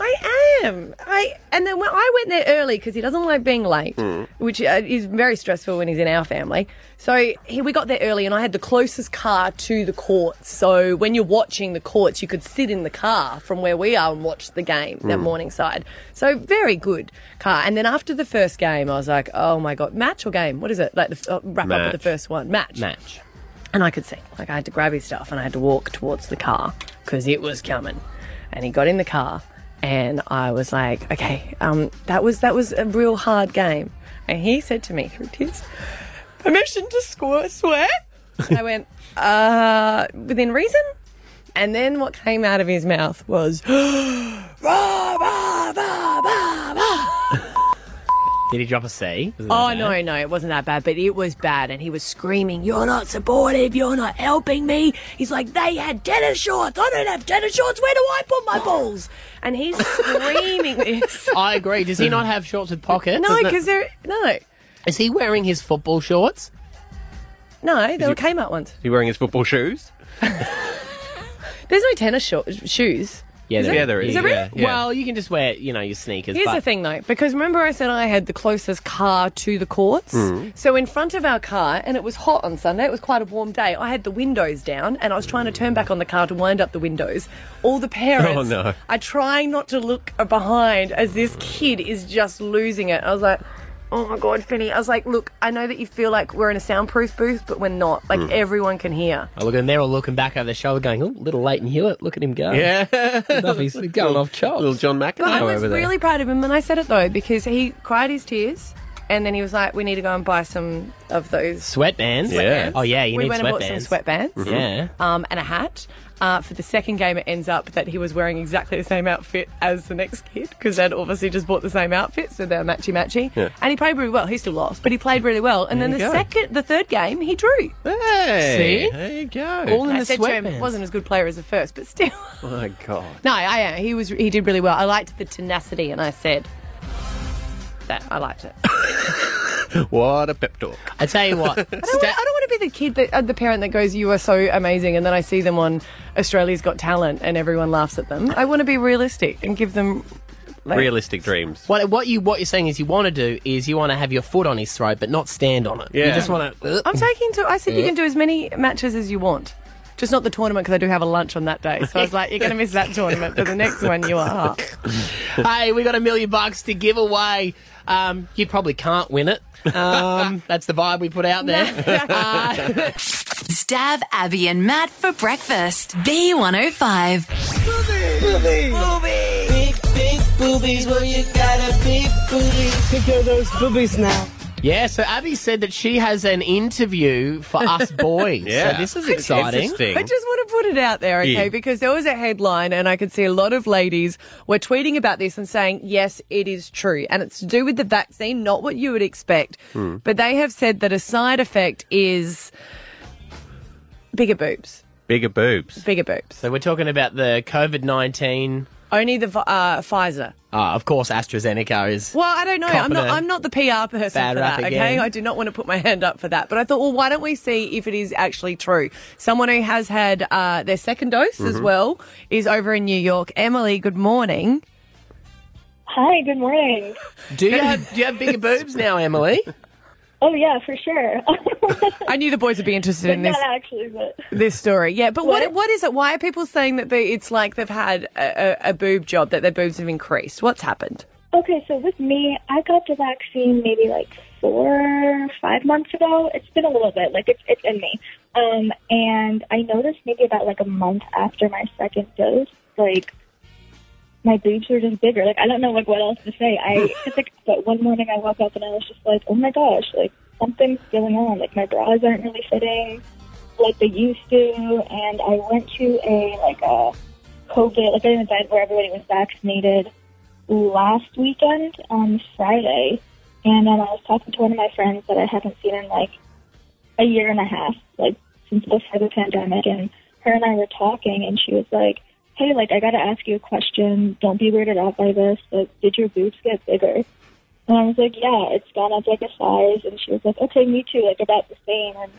[SPEAKER 3] I am. I and then when I went there early because he doesn't like being late,
[SPEAKER 5] Mm.
[SPEAKER 3] which uh, is very stressful when he's in our family. So he, we got there early, and I had the closest car to the courts. So when you're watching the courts, you could sit in the car from where we are and watch the game that
[SPEAKER 12] Mm.
[SPEAKER 3] morning side. So very good car. And then after the first game, I was like, oh my god, match or game? What is it? Like the uh, wrap up
[SPEAKER 12] Match.
[SPEAKER 3] with the first one, match.
[SPEAKER 2] Match.
[SPEAKER 3] And I could see, like, I had to grab his stuff and I had to walk towards the car because it was coming. And he got in the car, and I was like, okay, um, that was that was a real hard game. And he said to me through tears, permission to score, swear. And I went, uh, within reason. And then what came out of his mouth was, [gasps] rah, rah, rah, rah, rah.
[SPEAKER 2] Did he drop a C? Was it
[SPEAKER 3] Oh
[SPEAKER 2] that
[SPEAKER 3] no, no, it wasn't that bad, but it was bad, and he was screaming, "You're not supportive! You're not helping me!" He's like, "They had tennis shorts. I don't have tennis shorts. Where do I put my balls?" And
[SPEAKER 2] [laughs]
[SPEAKER 3] he's screaming this.
[SPEAKER 2] bad? I agree. Does he not have shorts with pockets?
[SPEAKER 3] No,
[SPEAKER 2] Doesn't it-
[SPEAKER 3] because they're no,
[SPEAKER 2] is he wearing his football shorts?
[SPEAKER 3] no, they
[SPEAKER 5] he-
[SPEAKER 3] were Kmart ones.
[SPEAKER 5] Is he wearing his football shoes? [laughs]
[SPEAKER 3] There's no tennis short, shoes.
[SPEAKER 2] Yeah,
[SPEAKER 3] Is
[SPEAKER 2] there,
[SPEAKER 3] there- is there really? Yeah.
[SPEAKER 2] Well, you can just wear, you know, your sneakers.
[SPEAKER 3] Here's
[SPEAKER 2] but
[SPEAKER 3] the thing, though, because remember I said I had the closest car to the courts?
[SPEAKER 2] Mm.
[SPEAKER 3] So in front of our car, and it was hot on Sunday, it was quite a warm day, I had the windows down and I was trying to turn back on the car to wind up the windows. All the parents
[SPEAKER 5] Oh, no.
[SPEAKER 3] are trying not to look behind as this kid is just losing it. I was like, oh my God, Finny. I was like, look, I know that you feel like we're in a soundproof booth, but we're not. Like,
[SPEAKER 2] Mm.
[SPEAKER 3] everyone can hear.
[SPEAKER 2] I look, and they're all looking back over their shoulder, going, "Oh, little Leighton Hewitt, [laughs] look at him go."
[SPEAKER 5] Yeah. [laughs]
[SPEAKER 2] Enough, he's going off chops.
[SPEAKER 5] Little John
[SPEAKER 3] But I
[SPEAKER 5] McEnroe
[SPEAKER 3] was
[SPEAKER 5] over there.
[SPEAKER 3] really proud of him, and I said it though because he cried his tears. and then he was like, "We need to go and buy some of those
[SPEAKER 2] Sweatbands?
[SPEAKER 3] sweatbands."
[SPEAKER 2] Oh, yeah, you
[SPEAKER 3] we
[SPEAKER 2] need
[SPEAKER 3] went and
[SPEAKER 2] sweatbands.
[SPEAKER 3] bought some sweatbands.
[SPEAKER 5] Mm-hmm.
[SPEAKER 2] Mhm. Yeah.
[SPEAKER 3] um, and a hat. Uh, for the second game, it ends up that he was wearing exactly the same outfit as the next kid because they'd obviously just bought the same outfit, so they're matchy matchy.
[SPEAKER 2] Yeah.
[SPEAKER 3] And he played really well. He still lost, but he played really well. And then
[SPEAKER 2] There
[SPEAKER 3] the
[SPEAKER 2] you go.
[SPEAKER 3] second, the third game, he drew.
[SPEAKER 2] Hey, See? there you go. All in
[SPEAKER 3] I
[SPEAKER 2] the
[SPEAKER 3] said to
[SPEAKER 2] sweatbands.
[SPEAKER 3] him, wasn't as good player as the first, but still. [laughs]
[SPEAKER 2] My God.
[SPEAKER 3] No, I uh, he was he did really well. I liked the tenacity, and I said that I liked it.
[SPEAKER 5] What a pep talk.
[SPEAKER 2] I tell you what.
[SPEAKER 3] [laughs] I don't, want, I don't want to be the kid that uh, the parent that goes, "You are so amazing," and then I see them on Australia's Got Talent, and everyone laughs at them. I want to be realistic and give them like,
[SPEAKER 5] Realistic dreams.
[SPEAKER 2] What, what you what you're saying is you want to do is you want to have your foot on his throat, but not stand on it. You
[SPEAKER 5] Yeah.
[SPEAKER 2] just uh. want to.
[SPEAKER 3] I'm taking to. I said you
[SPEAKER 2] Yeah.
[SPEAKER 3] can do as many matches as you want. Just not the tournament because I do have a lunch on that day. So I was like, you're going to miss that tournament, but the next one you are.
[SPEAKER 2] [laughs] hey, we got a million bucks to give away. Um, you probably can't win it. Um, [laughs] that's the vibe we put
[SPEAKER 3] [laughs]
[SPEAKER 2] out there. [laughs] Uh,
[SPEAKER 6] Stab Abby and Matt for breakfast. B105.
[SPEAKER 9] Big, big boobies, well, you got a big booty. Take care of those boobies now.
[SPEAKER 2] yeah, so Abby said that she has an interview
[SPEAKER 3] [laughs]
[SPEAKER 2] for us boys.
[SPEAKER 5] Yeah.
[SPEAKER 2] So this is
[SPEAKER 5] It's
[SPEAKER 2] exciting.
[SPEAKER 5] interesting.
[SPEAKER 3] I just want to put it out there, okay?
[SPEAKER 2] Yeah.
[SPEAKER 3] Because there was a headline, and I could see a lot of ladies were tweeting about this and saying, yes, it is true. And it's to do with the vaccine, not what you would expect. But they have said that a side effect is bigger boobs.
[SPEAKER 5] Bigger boobs.
[SPEAKER 3] Bigger boobs.
[SPEAKER 2] So we're talking about the COVID 19.
[SPEAKER 3] Only the uh, Pfizer.
[SPEAKER 2] Ah, of course, AstraZeneca is.
[SPEAKER 3] Well, I don't know. I'm not.
[SPEAKER 2] Confident.
[SPEAKER 3] I'm not the PR person
[SPEAKER 2] Bad
[SPEAKER 3] for
[SPEAKER 2] rap
[SPEAKER 3] that. Okay,
[SPEAKER 2] again.
[SPEAKER 3] I do not want to put my hand up for that. But I thought, well, why don't we see if it is actually true? Someone who has had uh, their second dose as
[SPEAKER 2] Mm-hmm.
[SPEAKER 5] Mhm.
[SPEAKER 3] well is over in New York. Emily, good morning.
[SPEAKER 13] Hi, good morning.
[SPEAKER 2] Do you have do you have bigger boobs now, Emily?
[SPEAKER 13] Oh yeah, for sure.
[SPEAKER 3] I knew the boys would be interested in this
[SPEAKER 13] Not actually, but
[SPEAKER 3] this story. Yeah, but what
[SPEAKER 13] What?
[SPEAKER 3] what is it? Why are people saying that they, it's like they've had a, a, a boob job that their boobs have increased? What's happened?
[SPEAKER 13] okay. So with me, I got the vaccine maybe like four, five months ago. It's been a little bit. Like it's it's in me. Um, and I noticed maybe about like a month after my second dose, like my boobs were just bigger. Like I don't know like what else to say. I it's like, but one morning I woke up and I was just like, oh my gosh, like something's going on. Like my bras aren't really fitting like they used to. And I went to a like a COVID like an event where everybody was vaccinated last weekend on Friday. And um, I was talking to one of my friends that I haven't seen in like a year and a half, like since before the pandemic. And her and I were talking, and she was like, "Hey, like I got to ask you a question. Don't be weirded out by this, but did your boobs get bigger?" And I was like, "Yeah, it's gone up like a size." And she was like, "Okay, me too. Like about the same." And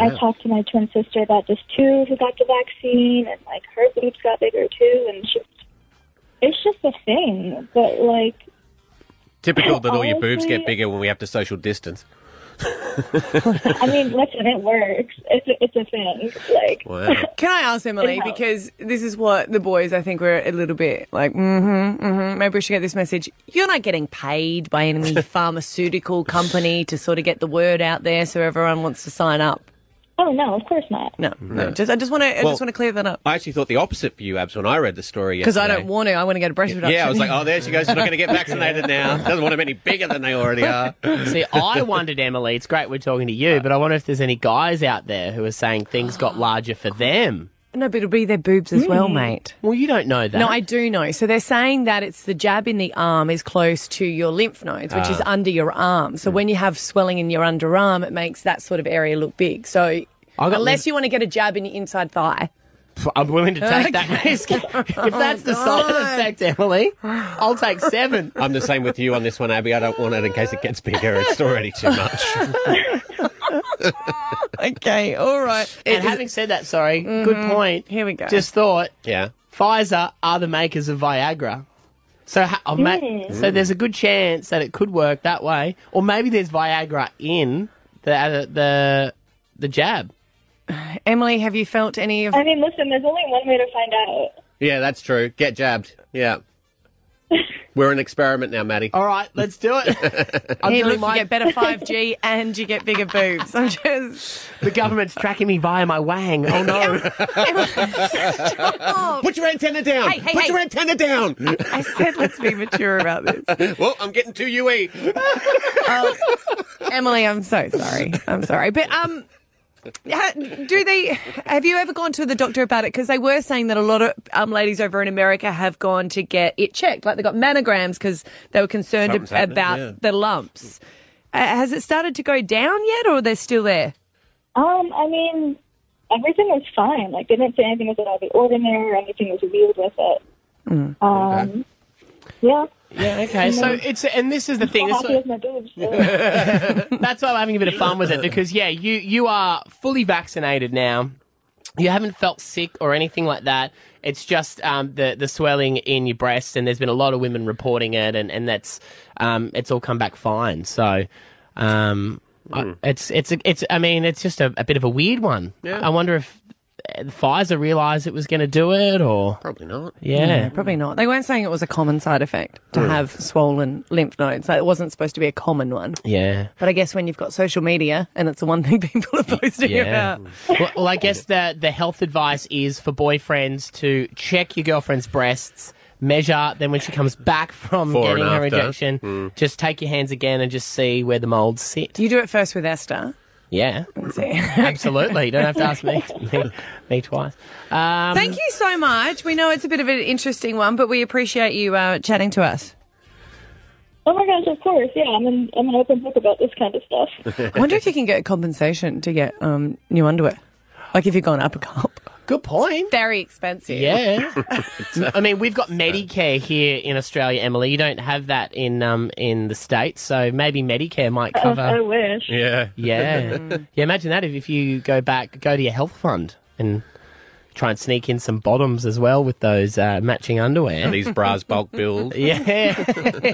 [SPEAKER 13] I talked to my twin sister about this too, who got the vaccine, and like her boobs got bigger too. And she, it's just a thing. But like,
[SPEAKER 5] Typical that all your boobs
[SPEAKER 13] Honestly-
[SPEAKER 5] get bigger when we have to social distance.
[SPEAKER 13] I mean, listen, it works. It's a, it's a thing. Like,
[SPEAKER 3] Can I ask Emily?
[SPEAKER 13] It helps.
[SPEAKER 3] Because this is what the boys, I think, were a little bit like,
[SPEAKER 14] Mm-hmm.
[SPEAKER 3] mm hmm, mm hmm. Maybe we should get this message. You're not getting paid by any
[SPEAKER 5] [laughs]
[SPEAKER 3] pharmaceutical company to sort of get the word out there so everyone wants to sign up.
[SPEAKER 13] Oh, no, of course not.
[SPEAKER 3] No, no. Just, I just want to I
[SPEAKER 5] Well-
[SPEAKER 3] just want to clear that up.
[SPEAKER 5] I actually thought the opposite for you, Abs, when I read the story
[SPEAKER 3] Because I
[SPEAKER 5] yesterday.
[SPEAKER 3] don't want to. I want to get a breast reduction.
[SPEAKER 5] Yeah, I was like, oh, there she goes. She's not going
[SPEAKER 3] [laughs]
[SPEAKER 5] to
[SPEAKER 2] [laughs]
[SPEAKER 5] get vaccinated now. Doesn't want them any bigger than they already are.
[SPEAKER 2] See, I wondered, Emily. It's great we're talking to you, but I wonder if there's any guys out there who are saying things got larger for them.
[SPEAKER 3] No, but it'll be their boobs as
[SPEAKER 5] Mm.
[SPEAKER 3] well, mate.
[SPEAKER 2] Well, you don't know that.
[SPEAKER 3] No, I do know. So they're saying that it's the jab in the arm is close to your lymph nodes, which is
[SPEAKER 2] Ah.
[SPEAKER 3] under your arm.
[SPEAKER 5] Mm.
[SPEAKER 3] So when you have swelling in your underarm, it makes that sort of area look big. So
[SPEAKER 2] got
[SPEAKER 3] unless
[SPEAKER 2] lymph-
[SPEAKER 3] you want to get a jab in your inside thigh.
[SPEAKER 2] [laughs] I'm willing to take that
[SPEAKER 3] [laughs]
[SPEAKER 2] risk. [laughs] If
[SPEAKER 3] Oh,
[SPEAKER 2] that's the side effect, Emily, I'll take seven.
[SPEAKER 5] I'm the same with you on this one, Abby. I don't want it in case it gets bigger. It's already too much.
[SPEAKER 3] okay, all right.
[SPEAKER 2] And having said that, sorry, good point. Here we go. Just thought
[SPEAKER 5] Yeah.
[SPEAKER 2] Pfizer are the makers of Viagra. So, ha- oh, ma-
[SPEAKER 5] Mm.
[SPEAKER 2] so there's a good chance that it could work that way, or maybe there's Viagra in the uh, the the jab.
[SPEAKER 3] Emily, have you felt any of?
[SPEAKER 13] I mean, listen, there's only one way to find out.
[SPEAKER 5] Yeah, that's true. Get jabbed. Yeah. We're an experiment now, Maddie. All
[SPEAKER 2] right, let's do
[SPEAKER 5] [laughs]
[SPEAKER 2] it.
[SPEAKER 3] Hey, look, you get better
[SPEAKER 2] [laughs]
[SPEAKER 3] 5G and you get bigger boobs. I'm just.
[SPEAKER 2] The government's tracking me via my wang. Oh no.
[SPEAKER 5] Put your antenna down.
[SPEAKER 3] Hey, hey,
[SPEAKER 5] Put
[SPEAKER 3] hey.
[SPEAKER 5] your antenna down.
[SPEAKER 3] I said let's be mature about this.
[SPEAKER 5] [laughs]
[SPEAKER 3] Uh,
[SPEAKER 5] well, I'm getting too E. UE.
[SPEAKER 3] Emily, I'm so sorry. I'm sorry. But um ha- do they have you ever gone to the doctor about it because they were saying that a lot of um, ladies over in America have gone to get it checked like they got mammograms because they were concerned ab-
[SPEAKER 5] Something's happening,
[SPEAKER 3] about
[SPEAKER 5] yeah.
[SPEAKER 3] the lumps. Uh, has it started to go down yet or they're still there?
[SPEAKER 13] Um, I mean, everything was fine. Like, they didn't say anything was out of the ordinary or anything was weird with it.
[SPEAKER 2] Hmm.
[SPEAKER 13] Um, yeah.
[SPEAKER 2] Yeah, okay. So it's and this is the thing.
[SPEAKER 13] I'm
[SPEAKER 2] this-
[SPEAKER 13] happy with my boobs. so-
[SPEAKER 2] That's why I'm having a bit of fun
[SPEAKER 5] [laughs]
[SPEAKER 2] with it because yeah, you you are fully vaccinated now. You haven't felt sick or anything like that. It's just um, the the swelling in your breast, and there's been a lot of women reporting it, and and that's um, it's all come back fine. So um, I-
[SPEAKER 5] Hmm.
[SPEAKER 2] it's it's it's I mean it's just a, a bit of a weird one.
[SPEAKER 5] Yeah.
[SPEAKER 2] I wonder if uh, Pfizer realised it was going to do it, or
[SPEAKER 5] probably not.
[SPEAKER 2] Yeah.
[SPEAKER 3] probably not. They weren't saying it was a common side effect to
[SPEAKER 2] Mm.
[SPEAKER 3] have swollen lymph nodes. Like, it wasn't supposed to be a common one.
[SPEAKER 2] yeah.
[SPEAKER 3] But I guess when you've got social media and it's the one [laughs] thing people are posting
[SPEAKER 2] Yeah.
[SPEAKER 3] about.
[SPEAKER 2] well, well, I guess the the health advice is for boyfriends to check your girlfriend's breasts, measure. Then when she comes back from
[SPEAKER 5] Before and
[SPEAKER 2] getting her
[SPEAKER 5] after. Hmm.
[SPEAKER 2] injection, just take your hands again and just see where the molds sit.
[SPEAKER 3] You do it first with Esther.
[SPEAKER 2] Yeah, [laughs] absolutely. You don't have to
[SPEAKER 3] [laughs]
[SPEAKER 2] ask me me, me twice. Um,
[SPEAKER 3] Thank you so much. We know it's a bit of an interesting one, but we appreciate you uh, chatting to
[SPEAKER 2] [laughs]
[SPEAKER 3] us.
[SPEAKER 13] Oh my gosh, of course. Yeah, I'm an, I'm an open book about this kind of stuff.
[SPEAKER 3] I wonder if you can get compensation to get um, new underwear. Like if you've gone up a cup.
[SPEAKER 2] Good point.
[SPEAKER 3] Very expensive. [laughs]
[SPEAKER 2] Yeah. I mean, we've got Medicare here in Australia, Emily. You don't have that in um in the states, so maybe Medicare might
[SPEAKER 13] Oh,
[SPEAKER 2] cover.
[SPEAKER 13] I wish.
[SPEAKER 5] Yeah.
[SPEAKER 2] Yeah.
[SPEAKER 5] [laughs]
[SPEAKER 2] yeah, imagine that if, if you go back, go to your health fund and try and sneak in some bottoms as well with those uh, matching underwear.
[SPEAKER 5] And these bras bulk
[SPEAKER 3] [laughs]
[SPEAKER 5] build.
[SPEAKER 2] yeah.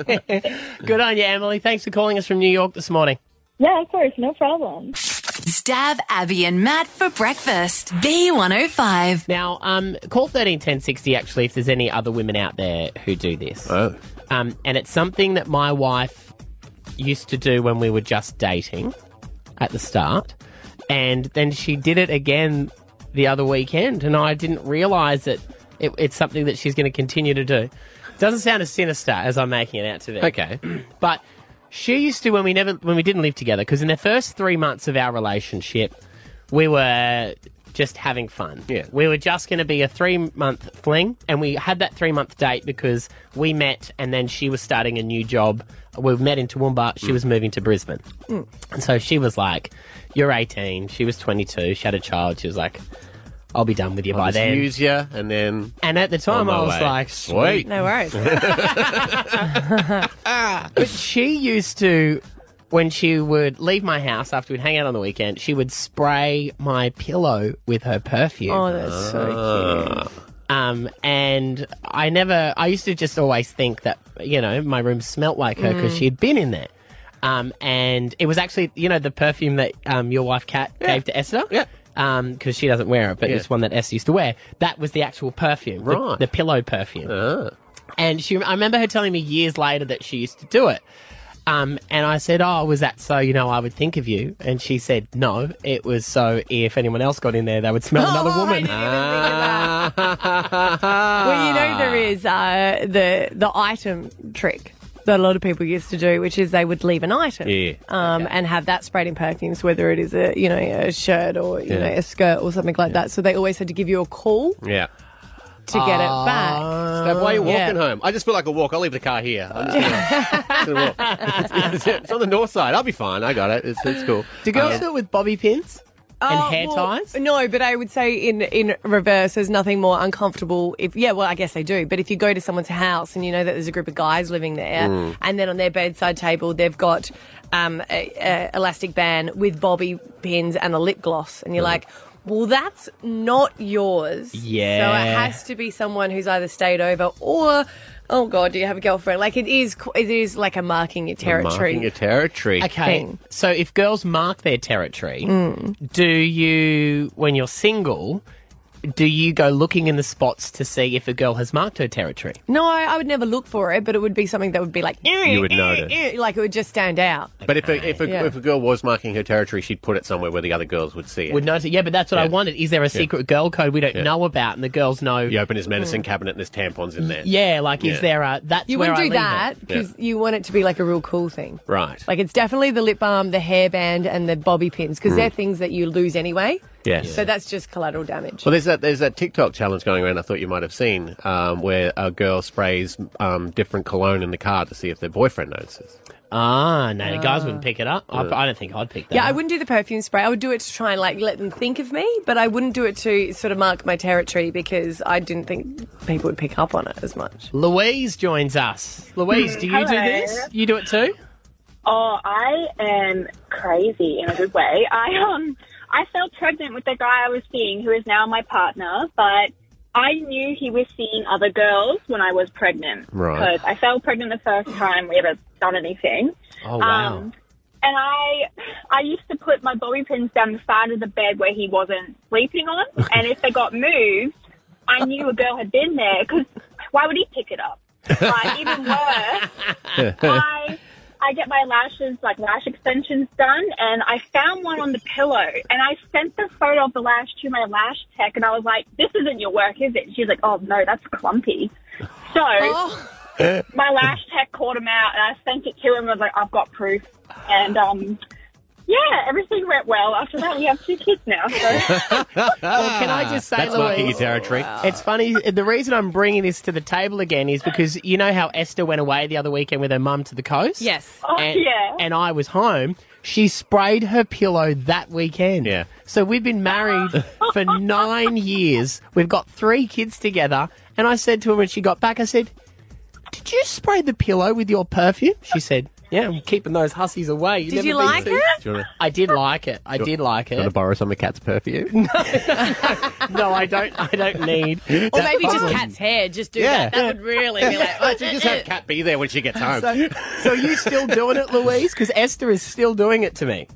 [SPEAKER 2] [laughs] Good on you, Emily. Thanks for calling us from New York this morning.
[SPEAKER 13] Yeah, of course. No problem.
[SPEAKER 6] Stab Abby and Matt for breakfast. B105.
[SPEAKER 2] Now, um, call 131060 actually if there's any other women out there who do this. Oh. Um, and it's something that my wife used to do when we were just dating at the start. And then she did it again the other weekend. And I didn't realize that it, it's something that she's going to continue to do. Doesn't sound as sinister as I'm making it out to be.
[SPEAKER 5] Okay.
[SPEAKER 2] [clears throat] But she used to when we never when we didn't live together because in the first three months of our relationship, we were just having fun. Yeah, we were just going to be a three month fling, and we had that three month date because we met, and then she was starting a new job. We met in Toowoomba. She was moving to Brisbane,
[SPEAKER 5] Hmm.
[SPEAKER 2] and so she was like, "You're 18." She was 22. She had a child. She was like, "I'll be done with you by
[SPEAKER 5] Just
[SPEAKER 2] then."
[SPEAKER 5] use you, and then.
[SPEAKER 2] and at the time,
[SPEAKER 5] On my
[SPEAKER 2] I was
[SPEAKER 5] way.
[SPEAKER 2] like,
[SPEAKER 5] Sweet.
[SPEAKER 2] "Sweet,
[SPEAKER 3] No
[SPEAKER 5] [laughs]
[SPEAKER 3] worries.
[SPEAKER 2] [laughs] but she used to, when she would leave my house after we'd hang out on the weekend, she would spray my pillow with her perfume.
[SPEAKER 3] Oh, that's so cute.
[SPEAKER 2] Um, and I never, I used to just always think that, you know, my room smelt like her because
[SPEAKER 3] Mm.
[SPEAKER 2] she'd been in there. Um, and it was actually, you know, the perfume that um, your wife, Kat, gave to Esther. Yeah. Because she doesn't wear it, but
[SPEAKER 5] Yeah.
[SPEAKER 2] it's one that Esther used to wear. That was the actual perfume. the-
[SPEAKER 5] Right.
[SPEAKER 2] The, pillow perfume.
[SPEAKER 3] Ah.
[SPEAKER 2] And she, I remember her telling me years later that she used to do it. Um, and I said, Oh, was that so, you know, I would think of you? And she said, No, it was so if anyone else got in there, they would
[SPEAKER 3] [laughs]
[SPEAKER 2] smell
[SPEAKER 3] Oh,
[SPEAKER 2] another woman. [laughs]
[SPEAKER 3] Well, you know there
[SPEAKER 5] Ah.
[SPEAKER 3] is uh, the the item trick that a lot of people used to do, which is they would leave an item
[SPEAKER 5] Yeah.
[SPEAKER 3] um, and have that sprayed in perfumes, whether it is a you know a shirt or you
[SPEAKER 5] Yeah.
[SPEAKER 3] know a skirt or something like that. So they always had to give you a call
[SPEAKER 5] Yeah.
[SPEAKER 3] to get it back.
[SPEAKER 5] Stab, Ah. why are you walking
[SPEAKER 3] Uh, Yeah.
[SPEAKER 5] home? I just feel like a walk. I'll leave the car here. I'm just gonna, just gonna walk. It's, it's on the north side. I'll be fine. I got it. It's, it's cool.
[SPEAKER 2] Do girls
[SPEAKER 5] Um,
[SPEAKER 2] do it with bobby pins? And
[SPEAKER 3] Oh,
[SPEAKER 2] hair
[SPEAKER 3] well,
[SPEAKER 2] ties?
[SPEAKER 3] No, but I would say in in reverse, there's nothing more uncomfortable. If yeah, well, I guess they do. But if you go to someone's house and you know that there's a group of guys living there,
[SPEAKER 14] Mm.
[SPEAKER 3] and then on their bedside table they've got um, a, a elastic band with bobby pins and a lip gloss, and you're like. Well, that's not yours.
[SPEAKER 2] Yeah.
[SPEAKER 3] So it has to be someone who's either stayed over or, oh God, do you have a girlfriend? Like it is, qu- it is like a marking your territory.
[SPEAKER 5] Marking your territory.
[SPEAKER 2] Okay.
[SPEAKER 3] Thing.
[SPEAKER 2] So if girls mark their territory,
[SPEAKER 3] Mm.
[SPEAKER 2] do you, when you're single, do you go looking in the spots to see if a girl has marked her territory?
[SPEAKER 3] No, I, I would never look for it, but it would be something that would be like,
[SPEAKER 5] You would notice.
[SPEAKER 3] like it would just stand out.
[SPEAKER 5] But if a, if, a,
[SPEAKER 3] Yeah.
[SPEAKER 5] if a girl was marking her territory, she'd put it somewhere where the other girls would see it.
[SPEAKER 2] Would notice. Yeah, but that's what I
[SPEAKER 5] Yeah.
[SPEAKER 2] wanted. Is there a
[SPEAKER 5] Yeah.
[SPEAKER 2] secret girl code we don't
[SPEAKER 5] Yeah.
[SPEAKER 2] know about, and the girls know?
[SPEAKER 5] You open his medicine
[SPEAKER 2] Mm.
[SPEAKER 3] Hmm.
[SPEAKER 5] cabinet and there's tampons in there.
[SPEAKER 2] Yeah, like
[SPEAKER 5] Yeah.
[SPEAKER 2] is there a that's
[SPEAKER 3] You
[SPEAKER 2] where
[SPEAKER 3] wouldn't
[SPEAKER 2] I
[SPEAKER 3] do
[SPEAKER 2] leave
[SPEAKER 3] that
[SPEAKER 2] it.
[SPEAKER 3] because you want it to be like a real cool thing.
[SPEAKER 5] Right.
[SPEAKER 3] Like it's definitely the lip balm, the hairband, and the bobby pins because
[SPEAKER 5] Mm.
[SPEAKER 3] they're things that you lose anyway.
[SPEAKER 5] Yes.
[SPEAKER 3] So that's just collateral damage.
[SPEAKER 5] Well, there's that there's that TikTok challenge going around. I thought you might have seen um, where a girl sprays um, different cologne in the car to see if their boyfriend notices.
[SPEAKER 2] Ah, no, the guys wouldn't pick it up. I,
[SPEAKER 5] Yeah.
[SPEAKER 2] I don't think I'd pick that.
[SPEAKER 3] Yeah, I wouldn't do the perfume spray. I would do it to try and like let them think of me, but I wouldn't do it to sort of mark my territory because I didn't think people would pick up on it as much.
[SPEAKER 2] Louise joins us. Louise, do you do
[SPEAKER 9] Hello.
[SPEAKER 2] this? You do it too?
[SPEAKER 9] Oh, I am crazy in a good way. I um I fell pregnant with the guy I was seeing who is now my partner, but I knew he was seeing other girls when I was pregnant.
[SPEAKER 13] Right.
[SPEAKER 9] Because I fell pregnant the first time we ever done anything.
[SPEAKER 13] Oh, wow.
[SPEAKER 9] [laughs] Um, and I I used to put my bobby pins down the side of the bed where he wasn't sleeping
[SPEAKER 13] [laughs]
[SPEAKER 9] on, and if they got moved, I knew a girl had been there because why would he pick it
[SPEAKER 13] [laughs]
[SPEAKER 9] up? Like even worse, I I get my lashes like lash extensions done, and I found one on the pillow, and I sent the photo of the lash to my lash tech, and I was like, "This isn't your work, is it?" She's like, "Oh no, that's clumpy." So
[SPEAKER 13] [laughs]
[SPEAKER 9] my lash tech called him out, and I sent it to him. I was like, "I've got proof," and um. Yeah, everything went well. After that, we have two kids now. So.
[SPEAKER 2] well, can I just say,
[SPEAKER 5] That's
[SPEAKER 2] Louise,
[SPEAKER 5] marking your territory.
[SPEAKER 2] It's funny. The reason I'm bringing this to the table again is because you know how Esther went away the other weekend with her mum to the
[SPEAKER 3] [laughs]
[SPEAKER 2] coast.
[SPEAKER 3] Yes.
[SPEAKER 9] Oh,
[SPEAKER 2] and, [laughs]
[SPEAKER 9] yeah.
[SPEAKER 2] And I was home. She sprayed her pillow that weekend. Yeah. So we've been married for
[SPEAKER 3] [laughs]
[SPEAKER 2] nine years. We've got three kids together. And I said to her when she got back, I said, "Did you spray the pillow with your perfume?" She said, "Yeah, I'm keeping those hussies away."
[SPEAKER 3] Did you
[SPEAKER 2] never been
[SPEAKER 3] like
[SPEAKER 2] too-
[SPEAKER 3] it?
[SPEAKER 5] Do you wanna-
[SPEAKER 2] I did like it. I
[SPEAKER 5] Do you-
[SPEAKER 2] did like
[SPEAKER 5] Want to
[SPEAKER 2] it.
[SPEAKER 5] borrow some of Cat's perfume?
[SPEAKER 2] [laughs] No, I don't. I
[SPEAKER 5] [laughs]
[SPEAKER 2] don't need.
[SPEAKER 3] Or maybe just cat's hair. Just do
[SPEAKER 5] Yeah.
[SPEAKER 3] that. That would really
[SPEAKER 5] [laughs]
[SPEAKER 3] be like,
[SPEAKER 5] oh, just
[SPEAKER 3] [laughs]
[SPEAKER 5] have Cat be there when she gets home.
[SPEAKER 2] So, so are you still doing it, Louise? Because Esther is still doing it to me.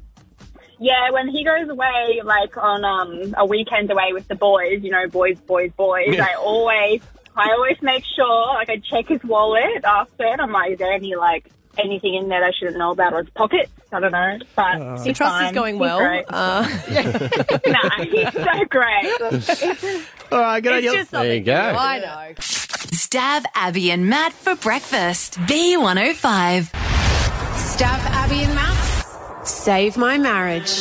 [SPEAKER 9] Yeah, when he goes away, like on um, a weekend away with the boys, you know, boys, boys, boys.
[SPEAKER 2] Yeah.
[SPEAKER 9] I always, I always make sure, like, I check his wallet after it. I'm like, is there any like anything in there that I shouldn't know about, or his pockets? I don't know. But
[SPEAKER 3] Uh,
[SPEAKER 9] he's
[SPEAKER 3] So trust is
[SPEAKER 9] fine.
[SPEAKER 3] going
[SPEAKER 9] He's
[SPEAKER 3] well.
[SPEAKER 9] great.
[SPEAKER 3] Uh,
[SPEAKER 9] nah, [laughs]
[SPEAKER 3] [laughs]
[SPEAKER 9] he's so great. [laughs]
[SPEAKER 2] All right,
[SPEAKER 6] good
[SPEAKER 9] It's
[SPEAKER 6] idea.
[SPEAKER 9] just There you something go. new, I
[SPEAKER 6] know. Stab Abby and Matt for breakfast. B105.
[SPEAKER 10] Stab Abby and Matt. Save my marriage.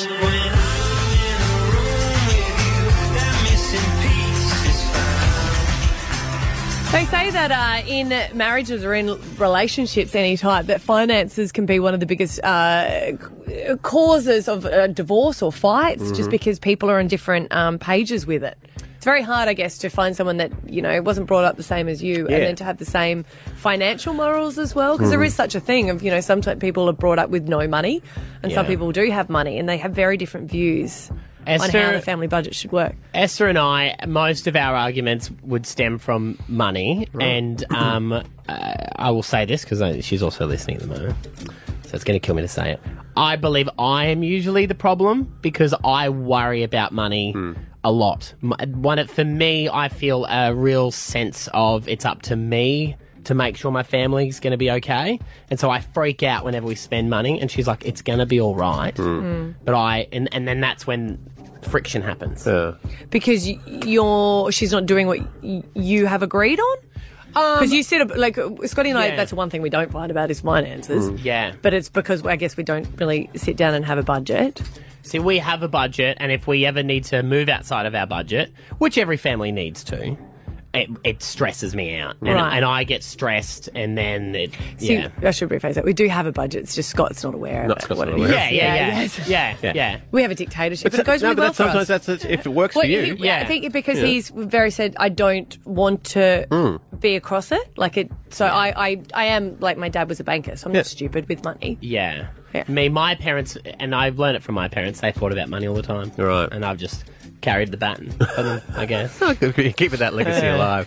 [SPEAKER 3] They say that uh, in marriages or in relationships any type, that finances can be one of the biggest uh, c- causes of uh, divorce or fights, just
[SPEAKER 4] Mhm.
[SPEAKER 3] because people are on different um, pages with it. It's very hard, I guess, to find someone that you know wasn't brought up the same as you,
[SPEAKER 4] Yeah.
[SPEAKER 3] and then to have the same financial morals as well. Because there
[SPEAKER 4] Mhm.
[SPEAKER 3] is such a thing of you know sometimes people are brought up with no money, and some
[SPEAKER 2] Yeah.
[SPEAKER 3] people do have money, and they have very different views on how
[SPEAKER 2] Esther-
[SPEAKER 3] the family budget should work.
[SPEAKER 2] Esther and I, most of our arguments would stem from money,
[SPEAKER 3] Right.
[SPEAKER 2] and um, uh, I will say this because she's also listening at the moment, so it's going to kill me to say it. I believe I am usually the problem because I worry about money a lot. M- One of- for me, I feel a real sense of it's up to me to make sure my family's going to be okay, and so I freak out whenever we spend money. And she's like, "It's going to be all right,"
[SPEAKER 3] Mm.
[SPEAKER 2] but I and, and then that's when friction happens.
[SPEAKER 3] because y- you're she's not doing what y- you have agreed on because you said ab- like scotty and i
[SPEAKER 2] Um, Yeah.
[SPEAKER 3] that's one thing we don't find about is finances
[SPEAKER 2] Mm. Yeah.
[SPEAKER 3] but it's because i guess we don't really sit down and have a budget
[SPEAKER 2] See, we have a budget, and if we ever need to move outside of our budget, which every family needs to, it, it stresses me out, and,
[SPEAKER 3] Right.
[SPEAKER 2] and I get stressed, and then it,
[SPEAKER 3] See,
[SPEAKER 2] yeah.
[SPEAKER 3] I should rephrase that. We do have a budget. It's just Scott's not aware of
[SPEAKER 2] Not
[SPEAKER 3] it.
[SPEAKER 2] Scott's
[SPEAKER 3] what
[SPEAKER 2] not
[SPEAKER 3] it is.
[SPEAKER 2] aware of it. Yeah, yeah, yeah.
[SPEAKER 3] yes. [laughs]
[SPEAKER 2] Yeah, Yeah. yeah.
[SPEAKER 3] We have a dictatorship,
[SPEAKER 5] But
[SPEAKER 3] but, it goes
[SPEAKER 5] no,
[SPEAKER 3] really
[SPEAKER 5] but
[SPEAKER 3] well
[SPEAKER 5] that-
[SPEAKER 3] for us.
[SPEAKER 5] sometimes that's that's- if it works
[SPEAKER 3] Well,
[SPEAKER 5] for you.
[SPEAKER 3] he- I think because he's very said, I don't want to
[SPEAKER 5] Mm.
[SPEAKER 3] be across it. Like it. So I, I, I am like my dad was a banker, so I'm not stupid with money.
[SPEAKER 2] yeah, Me, my parents, and I've learned it from my parents. They thought about money all the time, right? And I've just carried the baton.
[SPEAKER 5] [laughs]
[SPEAKER 2] I guess.
[SPEAKER 5] Oh, Keeping that legacy
[SPEAKER 2] [laughs]
[SPEAKER 5] alive.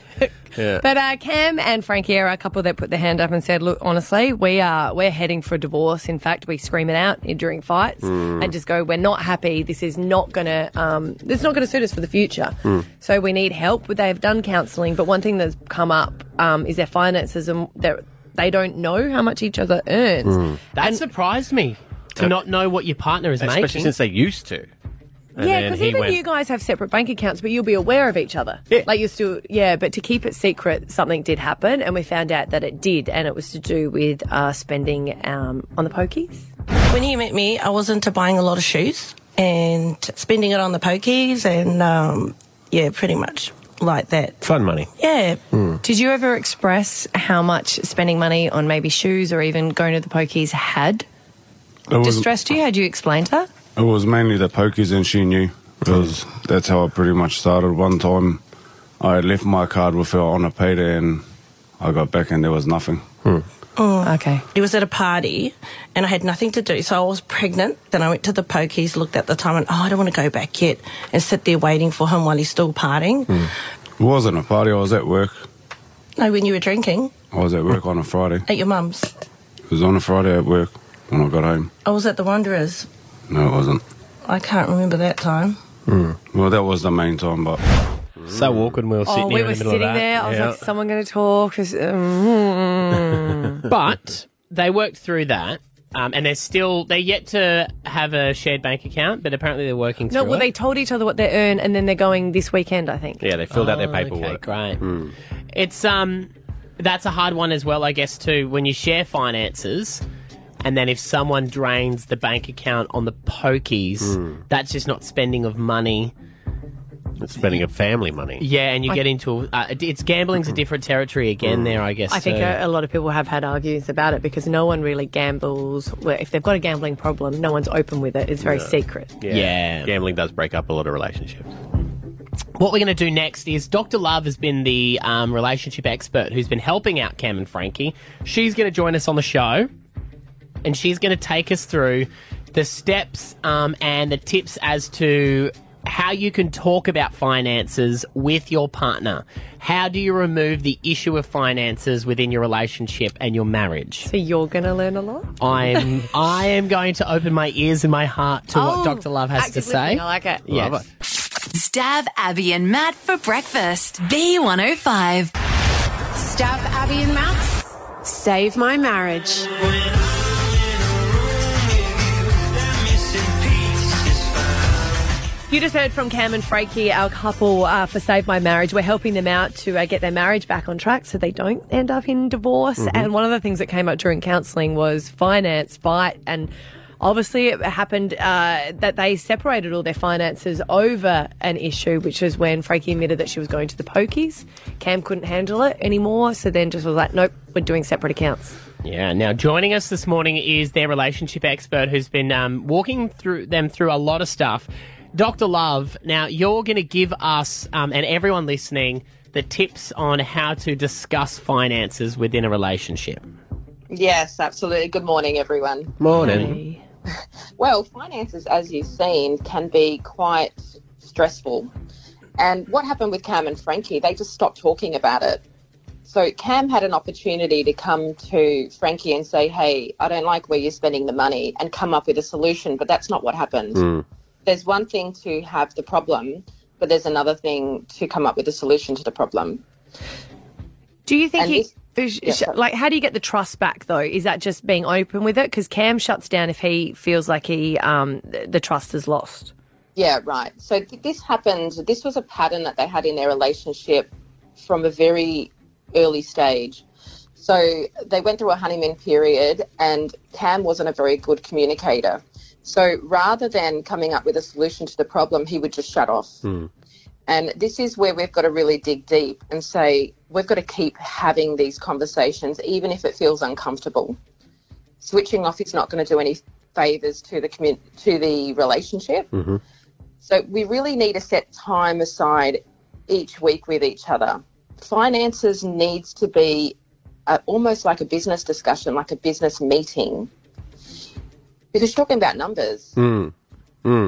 [SPEAKER 5] Yeah.
[SPEAKER 3] But uh, Cam and Frankie are a couple that put their hand up and said, "Look, honestly, we are we're heading for a divorce. In fact, we scream it out during fights
[SPEAKER 12] Mm.
[SPEAKER 3] and just go, we're not happy. This is not gonna um, this is not gonna suit us for the future.
[SPEAKER 12] Mm.
[SPEAKER 3] So we need help. They have done counselling, but one thing that's come up um, is their finances and their, they don't know how much each other earns.
[SPEAKER 5] Mm.
[SPEAKER 2] Hmm. That surprised me to not know what your partner is
[SPEAKER 5] Especially
[SPEAKER 2] making.
[SPEAKER 5] since they used to. And
[SPEAKER 3] yeah,
[SPEAKER 5] then
[SPEAKER 3] because
[SPEAKER 5] he
[SPEAKER 3] even
[SPEAKER 5] went-
[SPEAKER 3] you guys have separate bank accounts, but you'll be aware of each other. Yeah. Like you're still, yeah, but to keep it secret, something did happen, and we found out that it did, and it was to do with uh, spending um, on the pokies.
[SPEAKER 14] When he met me, I was into buying a lot of shoes and spending it on the pokies and, um, yeah, pretty much like that.
[SPEAKER 5] Fun money.
[SPEAKER 14] Yeah.
[SPEAKER 3] Hmm. Did you ever express how much spending money on maybe shoes or even going to the pokies had
[SPEAKER 15] I was-
[SPEAKER 3] distressed you? Had you explained that?
[SPEAKER 15] It was mainly the pokies, and she knew because that's how I pretty much started. One time, I left my card with her on a payday, and I got back, and there was nothing.
[SPEAKER 5] Hmm.
[SPEAKER 14] Oh.
[SPEAKER 3] Okay.
[SPEAKER 14] It was at a party and I had nothing to do. So I was pregnant. Then I went to the pokies, looked at the time and, oh, I don't want to go back yet and sit there waiting for him while he's still partying.
[SPEAKER 15] It wasn't a party. I was at work.
[SPEAKER 14] No, when you were drinking
[SPEAKER 15] I was at work on a Friday.
[SPEAKER 14] at your mum's.
[SPEAKER 15] It was on a Friday at work when I got home.
[SPEAKER 14] I was at the Wanderers.
[SPEAKER 15] No, it wasn't.
[SPEAKER 14] I can't remember that time.
[SPEAKER 15] Well, that was the main time, but
[SPEAKER 5] Hmm. so awkward. We were
[SPEAKER 3] oh, we were sitting there. I was like, someone going to talk? Is- mm.
[SPEAKER 2] [laughs] but they worked through that, um, and they're still they're yet to have a shared bank account, but apparently they're working
[SPEAKER 3] No,
[SPEAKER 2] through
[SPEAKER 3] well,
[SPEAKER 2] it.
[SPEAKER 3] they told each other what they earn, and then they're going this weekend, I think.
[SPEAKER 5] Yeah, they filled out their
[SPEAKER 2] Oh, okay,
[SPEAKER 5] paperwork. Hmm.
[SPEAKER 2] great. It's um, that's a hard one as well, I guess. Too when you share finances, and then if someone drains the bank account on the pokies,
[SPEAKER 5] Hmm.
[SPEAKER 2] that's just not spending of money.
[SPEAKER 5] It's spending of family money.
[SPEAKER 2] Yeah, and you
[SPEAKER 3] I-
[SPEAKER 2] get into uh, it's gambling's a
[SPEAKER 5] Hmm.
[SPEAKER 2] different territory again. There, I guess.
[SPEAKER 3] I think
[SPEAKER 2] too.
[SPEAKER 3] a, a lot of people have had arguments about it because no one really gambles. Well, if they've got a gambling problem, no one's open with it. It's very
[SPEAKER 2] Yeah.
[SPEAKER 3] secret.
[SPEAKER 2] Yeah.
[SPEAKER 5] Gambling does break up a lot of relationships.
[SPEAKER 2] What we're going to do next is Dr. Love has been the um, relationship expert who's been helping out Cam and Frankie. She's going to join us on the show and she's going to take us through the steps um, and the tips as to how you can talk about finances with your partner. How do you remove the issue of finances within your relationship and your marriage?
[SPEAKER 3] So you're going to learn a lot.
[SPEAKER 6] [laughs]
[SPEAKER 2] I'm
[SPEAKER 3] [laughs]
[SPEAKER 2] I am going to open my ears and my heart to
[SPEAKER 6] Oh,
[SPEAKER 2] what Dr. Love has to
[SPEAKER 6] active
[SPEAKER 2] say.
[SPEAKER 6] listening, I like it.
[SPEAKER 2] Yes.
[SPEAKER 6] Love it. Stab Abby and Matt for breakfast. B105.
[SPEAKER 16] Stab Abby and Matt. Save my marriage.
[SPEAKER 3] You just heard from Cam and Frankie, our couple uh, for Save My Marriage. We're helping them out to uh, get their marriage back on track so they don't end up in divorce.
[SPEAKER 6] Mm-hmm.
[SPEAKER 12] Mhm.
[SPEAKER 3] And one of the things that came up during counselling was finance, fight, and obviously it happened uh, that they separated all their finances over an issue, which is when Frankie admitted that she was going to the pokies. Cam couldn't handle it anymore, so then just was like, nope, we're doing separate accounts.
[SPEAKER 2] Yeah. Now, joining us this morning is their relationship expert who's been um, walking through them through a lot of stuff. Dr. Love. Now, you're going to give us um, and everyone listening the tips on how to discuss finances within a relationship.
[SPEAKER 17] Yes, absolutely. Good morning, everyone.
[SPEAKER 5] Morning.
[SPEAKER 17] Well, finances, as you've seen, can be quite stressful. And what happened with Cam and Frankie, they just stopped talking about it. So Cam had an opportunity to come to Frankie and say, Hey, I don't like where you're spending the money and come up with a solution, but that's not what happened. There's one thing to have the problem, but there's another thing to come up with a solution to the problem.
[SPEAKER 3] Do you think
[SPEAKER 17] And
[SPEAKER 3] he,
[SPEAKER 17] this-
[SPEAKER 3] is-
[SPEAKER 17] yeah,
[SPEAKER 3] sh-
[SPEAKER 17] sorry.
[SPEAKER 3] like, how do you get the trust back though? Is that just being open with it? Because Cam shuts down if he feels like he, um, th- the trust is lost.
[SPEAKER 17] Yeah, right. So th- this happened. This was a pattern that they had in their relationship from a very early stage. So they went through a honeymoon period, and Cam wasn't a very good communicator. So rather than coming up with a solution to the problem, he would just shut off.
[SPEAKER 5] Hmm.
[SPEAKER 17] And this is where we've got to really dig deep and say, we've got to keep having these conversations, even if it feels uncomfortable. Switching off is not going to do any favors to the commun- to the relationship.
[SPEAKER 5] Mhm.
[SPEAKER 17] So we really need to set time aside each week with each other. Finances needs to be uh almost like a business discussion, like a business meeting, because you're talking about numbers.
[SPEAKER 5] Mm.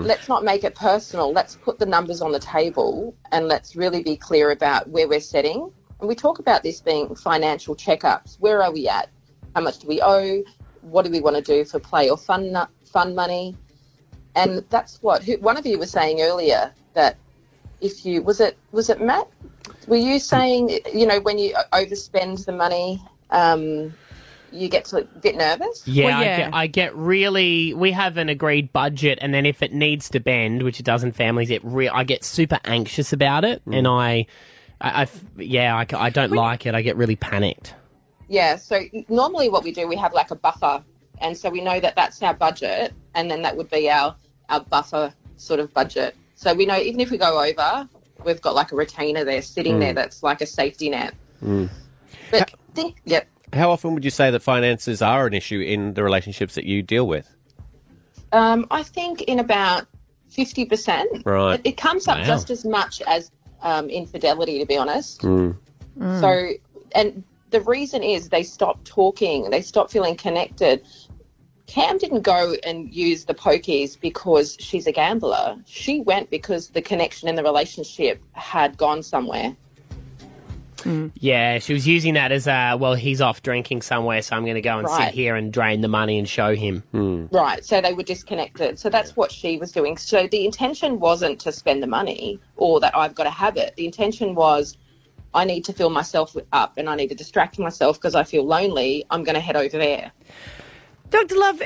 [SPEAKER 17] let's not make it personal. Let's put the numbers on the table and let's really be clear about where we're setting. And we talk about this being financial checkups. Where are we at? How much do we owe? What do we want to do for play or fun fun money? And that's what who, one of you was saying earlier that if you was it was it Matt? Were you saying you know when you overspend the money? Um, you get to a bit nervous.
[SPEAKER 2] Yeah, I, get, I get really. We have an agreed budget, and then if it needs to bend, which it does in families, it re- I get super anxious about it, and I, I, I f- yeah, I, c- I don't like it. I get really panicked.
[SPEAKER 17] Yeah, so normally what we do, we have like a buffer. And so we know that that's our budget. And then that would be our, our buffer sort of budget. So we know even if we go over, we've got like a retainer there sitting
[SPEAKER 5] Mm.
[SPEAKER 17] there that's like a safety net.
[SPEAKER 5] Mm.
[SPEAKER 17] But think, yep.
[SPEAKER 5] How often would you say that finances are an issue in the relationships that you deal with?
[SPEAKER 17] Um, I think in about 50%,
[SPEAKER 5] Right.
[SPEAKER 17] it, it comes up
[SPEAKER 5] Wow.
[SPEAKER 17] just as much as um, infidelity, to be honest.
[SPEAKER 5] Mm.
[SPEAKER 17] So, and the reason is they stop talking, they stop feeling connected. Cam didn't go and use the pokies because she's a gambler. She went because the connection in the relationship had gone somewhere.
[SPEAKER 2] Yeah, she was using that as a well. He's off drinking somewhere, so I'm going to go and
[SPEAKER 17] Right.
[SPEAKER 2] sit here and drain the money and show him.
[SPEAKER 17] Right. So they were disconnected. So that's what she was doing. So the intention wasn't to spend the money or that I've got a habit. The intention was I need to fill myself up and I need to distract myself because I feel lonely. I'm going to head over there.
[SPEAKER 3] Dr. Love,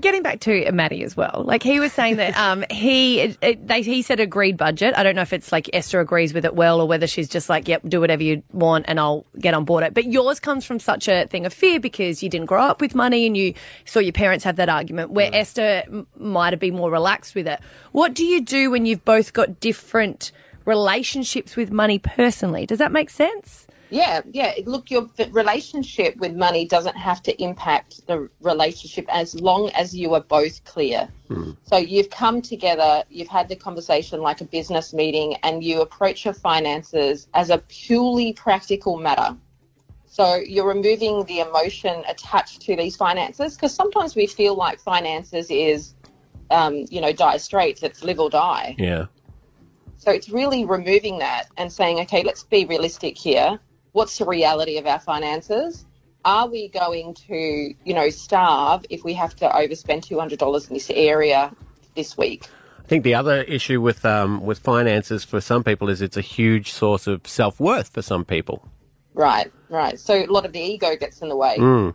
[SPEAKER 3] getting back to Maddie as well, like he was saying that um, he it, it, they, he said agreed budget. I don't know if it's like Esther agrees with it well or whether she's just like, yep, do whatever you want and I'll get on board it. But yours comes from such a thing of fear because you didn't grow up with money and you saw your parents have that argument where Esther m- might have been more relaxed with it. What do you do when you've both got different relationships with money personally? Does that make sense?
[SPEAKER 17] Yeah, yeah. Look, your f- relationship with money doesn't have to impact the relationship as long as you are both clear. So you've come together, you've had the conversation like a business meeting, and you approach your finances as a purely practical matter. So you're removing the emotion attached to these finances because sometimes we feel like finances is, um, you know, dire straits, it's live or die.
[SPEAKER 5] Yeah.
[SPEAKER 17] So it's really removing that and saying, okay, let's be realistic here. What's the reality of our finances? Are we going to, you know, starve if we have to overspend two hundred dollars in this area this week?
[SPEAKER 5] I think the other issue with um, with finances for some people is it's a huge source of self worth for some people.
[SPEAKER 17] Right, right. So a lot of the ego gets in the way.
[SPEAKER 5] Mm.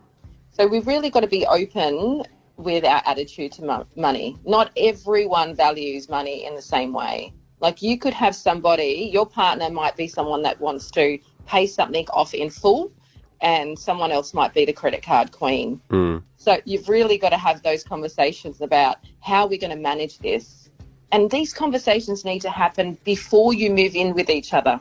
[SPEAKER 17] So we've really got to be open with our attitude to mo- money. Not everyone values money in the same way. Like you could have somebody, your partner might be someone that wants to pay something off in full, and someone else might be the credit card queen.
[SPEAKER 5] Mm.
[SPEAKER 17] So you've really got to have those conversations about how we're going to manage this. And these conversations need to happen before you move in with each other.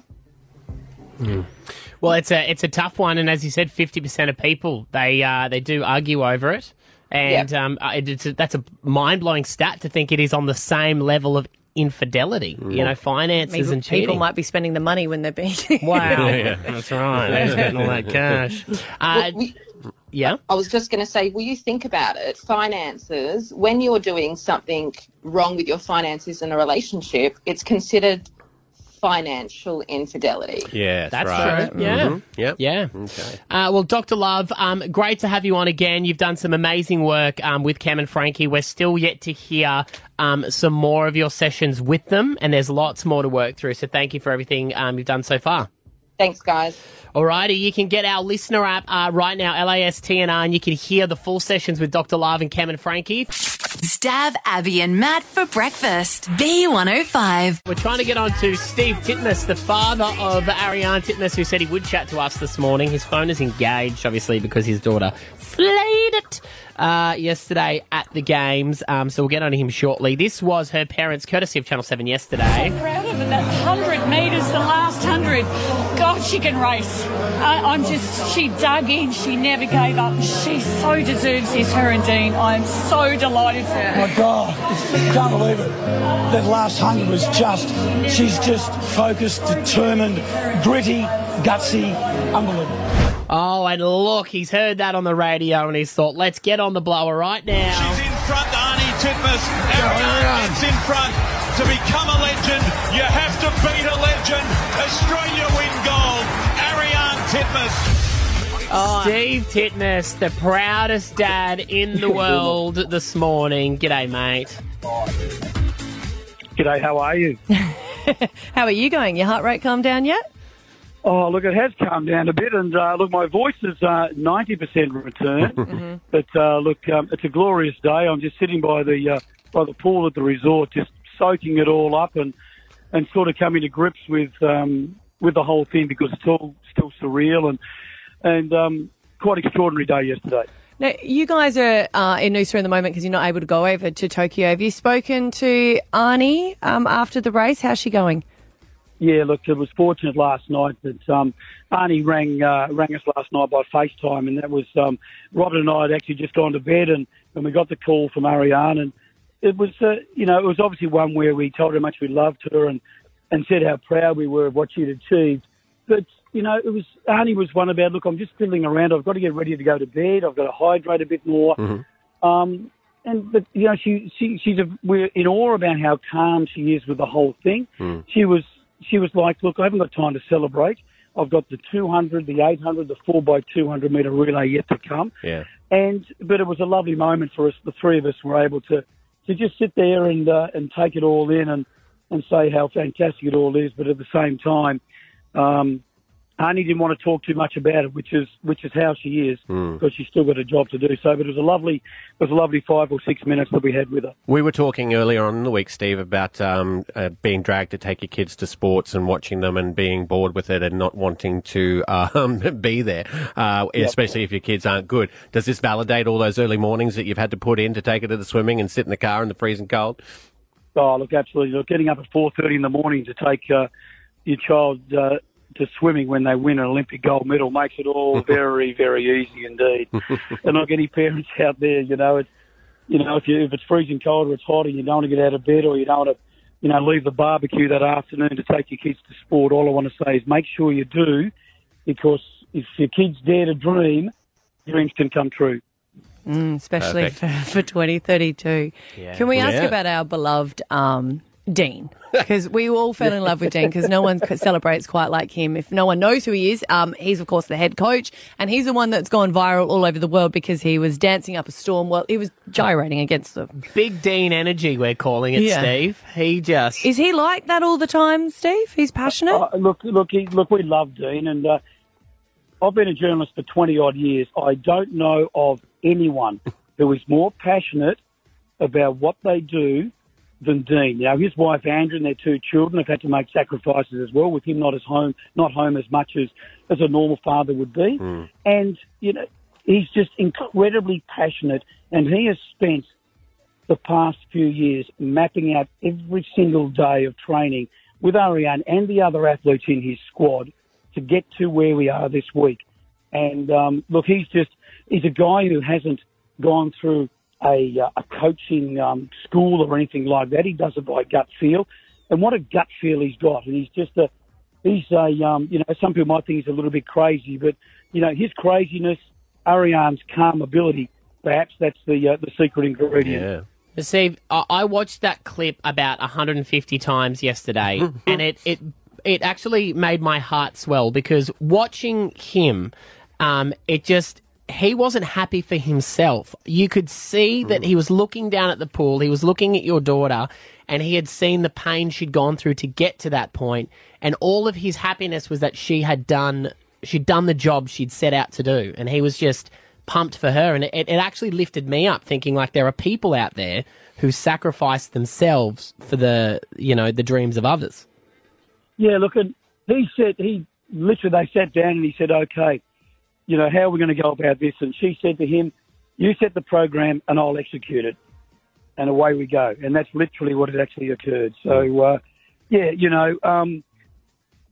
[SPEAKER 2] Well, it's a it's a tough one, and as you said, fifty percent of people they uh, they do argue over it, and um, uh, it- it's a, that's a mind blowing stat to think it is on the same level of infidelity. You know, finances
[SPEAKER 3] Maybe
[SPEAKER 2] and cheating.
[SPEAKER 3] people might be spending the money
[SPEAKER 2] [laughs]
[SPEAKER 3] when they're being [laughs]
[SPEAKER 2] Wow, that's right. They're spending all that [laughs] cash. Uh, yeah.
[SPEAKER 17] I was just going to say, will you think about it? Finances, when you're doing something wrong with your finances in a relationship, it's considered financial infidelity.
[SPEAKER 5] Yeah,
[SPEAKER 2] That's
[SPEAKER 5] right.
[SPEAKER 2] true, yeah.
[SPEAKER 5] Mhm. Yep.
[SPEAKER 2] Yeah.
[SPEAKER 5] Okay.
[SPEAKER 2] Uh, well, Dr. Love, um, great to have you on again. You've done some amazing work um, with Cam and Frankie. We're still yet to hear um, some more of your sessions with them, and there's lots more to work through. So thank you for everything um, you've done so far.
[SPEAKER 17] Thanks, guys.
[SPEAKER 2] Alrighty, you can get our listener app uh, right now, LASTNR, and you can hear the full sessions with Dr. Love and Cam and Frankie.
[SPEAKER 6] Stab Abby and Matt for breakfast. B105.
[SPEAKER 2] We're trying to get on to Steve Titmus, the father of Ariane Titmus, who said he would chat to us this morning. His phone is engaged, obviously, because his daughter slayed it uh, yesterday at the games. Um, so we'll get on to him shortly. This was her parents, courtesy of Channel 7 yesterday.
[SPEAKER 4] proud of her. That 100 metres, the last 100. God, she can race. I, I'm just, she dug in. She never gave up. She so deserves this, her and Dean. I'm so delighted for her.
[SPEAKER 18] My God, I can't believe it. That last hundred was just, she's just focused, determined, gritty, gutsy, unbelievable.
[SPEAKER 2] Oh, and look, he's heard that on the radio and he's thought, let's get on the blower right now.
[SPEAKER 11] She's in front, Arnie Titmus. Everyone that's in front. To become a legend, you have to beat a legend. Australia win gold. Ariane Titmus.
[SPEAKER 2] Oh. Steve Titmus, the proudest dad in
[SPEAKER 3] [laughs]
[SPEAKER 2] the world this morning. G'day, mate.
[SPEAKER 19] G'day, how are you?
[SPEAKER 3] [laughs] How are you going? Your heart rate calmed down yet?
[SPEAKER 19] Oh, look, it has calmed down a bit, and uh, look, my voice is uh, ninety percent return.
[SPEAKER 10] [laughs]
[SPEAKER 19] But uh, look, um, it's a glorious day. I'm just sitting by the uh, by the pool at the resort, just soaking it all up, and and sort of coming to grips with um, with the whole thing because it's all still surreal and and um, quite extraordinary day yesterday.
[SPEAKER 3] Now, you guys are uh, in Noosa at the moment because you're not able to go over to Tokyo. Have you spoken to Arnie um, after the race? How's she going?
[SPEAKER 19] Yeah, look, it was fortunate last night that um, Arnie rang uh, rang us last night by FaceTime, and that was um, Robert and I had actually just gone to bed, and, and we got the call from Ariane, and it was uh, you know it was obviously one where we told her how much we loved her and and said how proud we were of what she'd achieved, but you know it was Arnie was one about look, I'm just fiddling around, I've got to get ready to go to bed, I've got to hydrate a bit more, um, and but you know she, she she's a, we're in awe about how calm she is with the whole thing.
[SPEAKER 5] Hmm.
[SPEAKER 19] She was she was like, look, I haven't got time to celebrate. I've got the 200, the 800, the 4 by 200 meter relay yet to come.
[SPEAKER 5] Yeah.
[SPEAKER 19] And but it was a lovely moment for us. The three of us were able to to just sit there and uh, and take it all in and and say how fantastic it all is. But at the same time, um, Arnie didn't want to talk too much about it, which is which is how she is
[SPEAKER 5] Mm.
[SPEAKER 19] because she's still got a job to do. So, but it was a lovely it was a lovely five or six minutes that we had with her.
[SPEAKER 5] We were talking earlier on in the week, Steve, about um, uh, being dragged to take your kids to sports and watching them and being bored with it and not wanting to um, [laughs] be there, uh,
[SPEAKER 19] Yep.
[SPEAKER 5] especially if your kids aren't good. Does this validate all those early mornings that you've had to put in to take it to the swimming and sit in the car in the freezing cold?
[SPEAKER 19] Oh, look, absolutely. Look, getting up at four thirty in the morning to take uh, your child uh, to swimming when they win an Olympic gold medal makes
[SPEAKER 8] [laughs]
[SPEAKER 19] it all very, very easy
[SPEAKER 5] [laughs]
[SPEAKER 19] indeed. and like any parents out there, you know, it's you know, if you if it's freezing cold or it's hot and you don't want to get out of bed or you don't want to, you know, leave the barbecue that afternoon to take your kids to sport, all I want to say is make sure you do, because if your kids dare to dream, dreams can come true.
[SPEAKER 3] Mm, especially for,
[SPEAKER 19] Perfect.
[SPEAKER 3] for 2032.
[SPEAKER 19] Yeah.
[SPEAKER 3] Can we ask
[SPEAKER 19] Yeah.
[SPEAKER 3] about our beloved um, Dean? Because we all fell in love with Dean because no one [laughs] c- celebrates quite like him. If no one knows who he is, um, he's, of course, the head coach, and he's the one that's gone viral all over the world because he was dancing up a storm. Well, he was gyrating against the.
[SPEAKER 2] Big Dean Energy, we're calling it,
[SPEAKER 3] Yeah.
[SPEAKER 2] Steve. He just.
[SPEAKER 3] Is he like that all the time, Steve? He's passionate?
[SPEAKER 19] Uh, look, look, he, look. We love Dean, and uh, I've been a journalist for twenty odd years. I don't know of anyone who is more passionate about what they do than Dean. Now, his wife Andrew and their two children have had to make sacrifices as well, with him not as home, not home as much as as a normal father would be. And you know, he's just incredibly passionate, and he has spent the past few years mapping out every single day of training with Ariane and the other athletes in his squad to get to where we are this week. And um, look, he's just he's a guy who hasn't gone through a, uh, a coaching um, school or anything like that. He does it by gut feel, and what a gut feel he's got. And he's just a he's a um, you know some people might think he's a little bit crazy, but you know his craziness, Ariane's calm ability, perhaps that's the uh, the secret ingredient.
[SPEAKER 2] Steve, I I watched that clip about 150 times yesterday, and it, it it actually made my heart swell because watching him, um, it just he wasn't happy for himself. You could see that he was looking down at the pool, he was looking at your daughter, and he had seen the pain she'd gone through to get to that point, and all of his happiness was that she had done she'd done the job she'd set out to do, and he was just pumped for her and it, it actually lifted me up thinking like there are people out there who sacrifice themselves for the you know the dreams of others
[SPEAKER 19] Yeah, look, and he said he literally they sat down and he said, "Okay, you know, how are we going to go about this?" And she said to him, "You set the program and I'll execute it," and away we go. And that's literally what had actually occurred. So, uh, yeah, you know, um,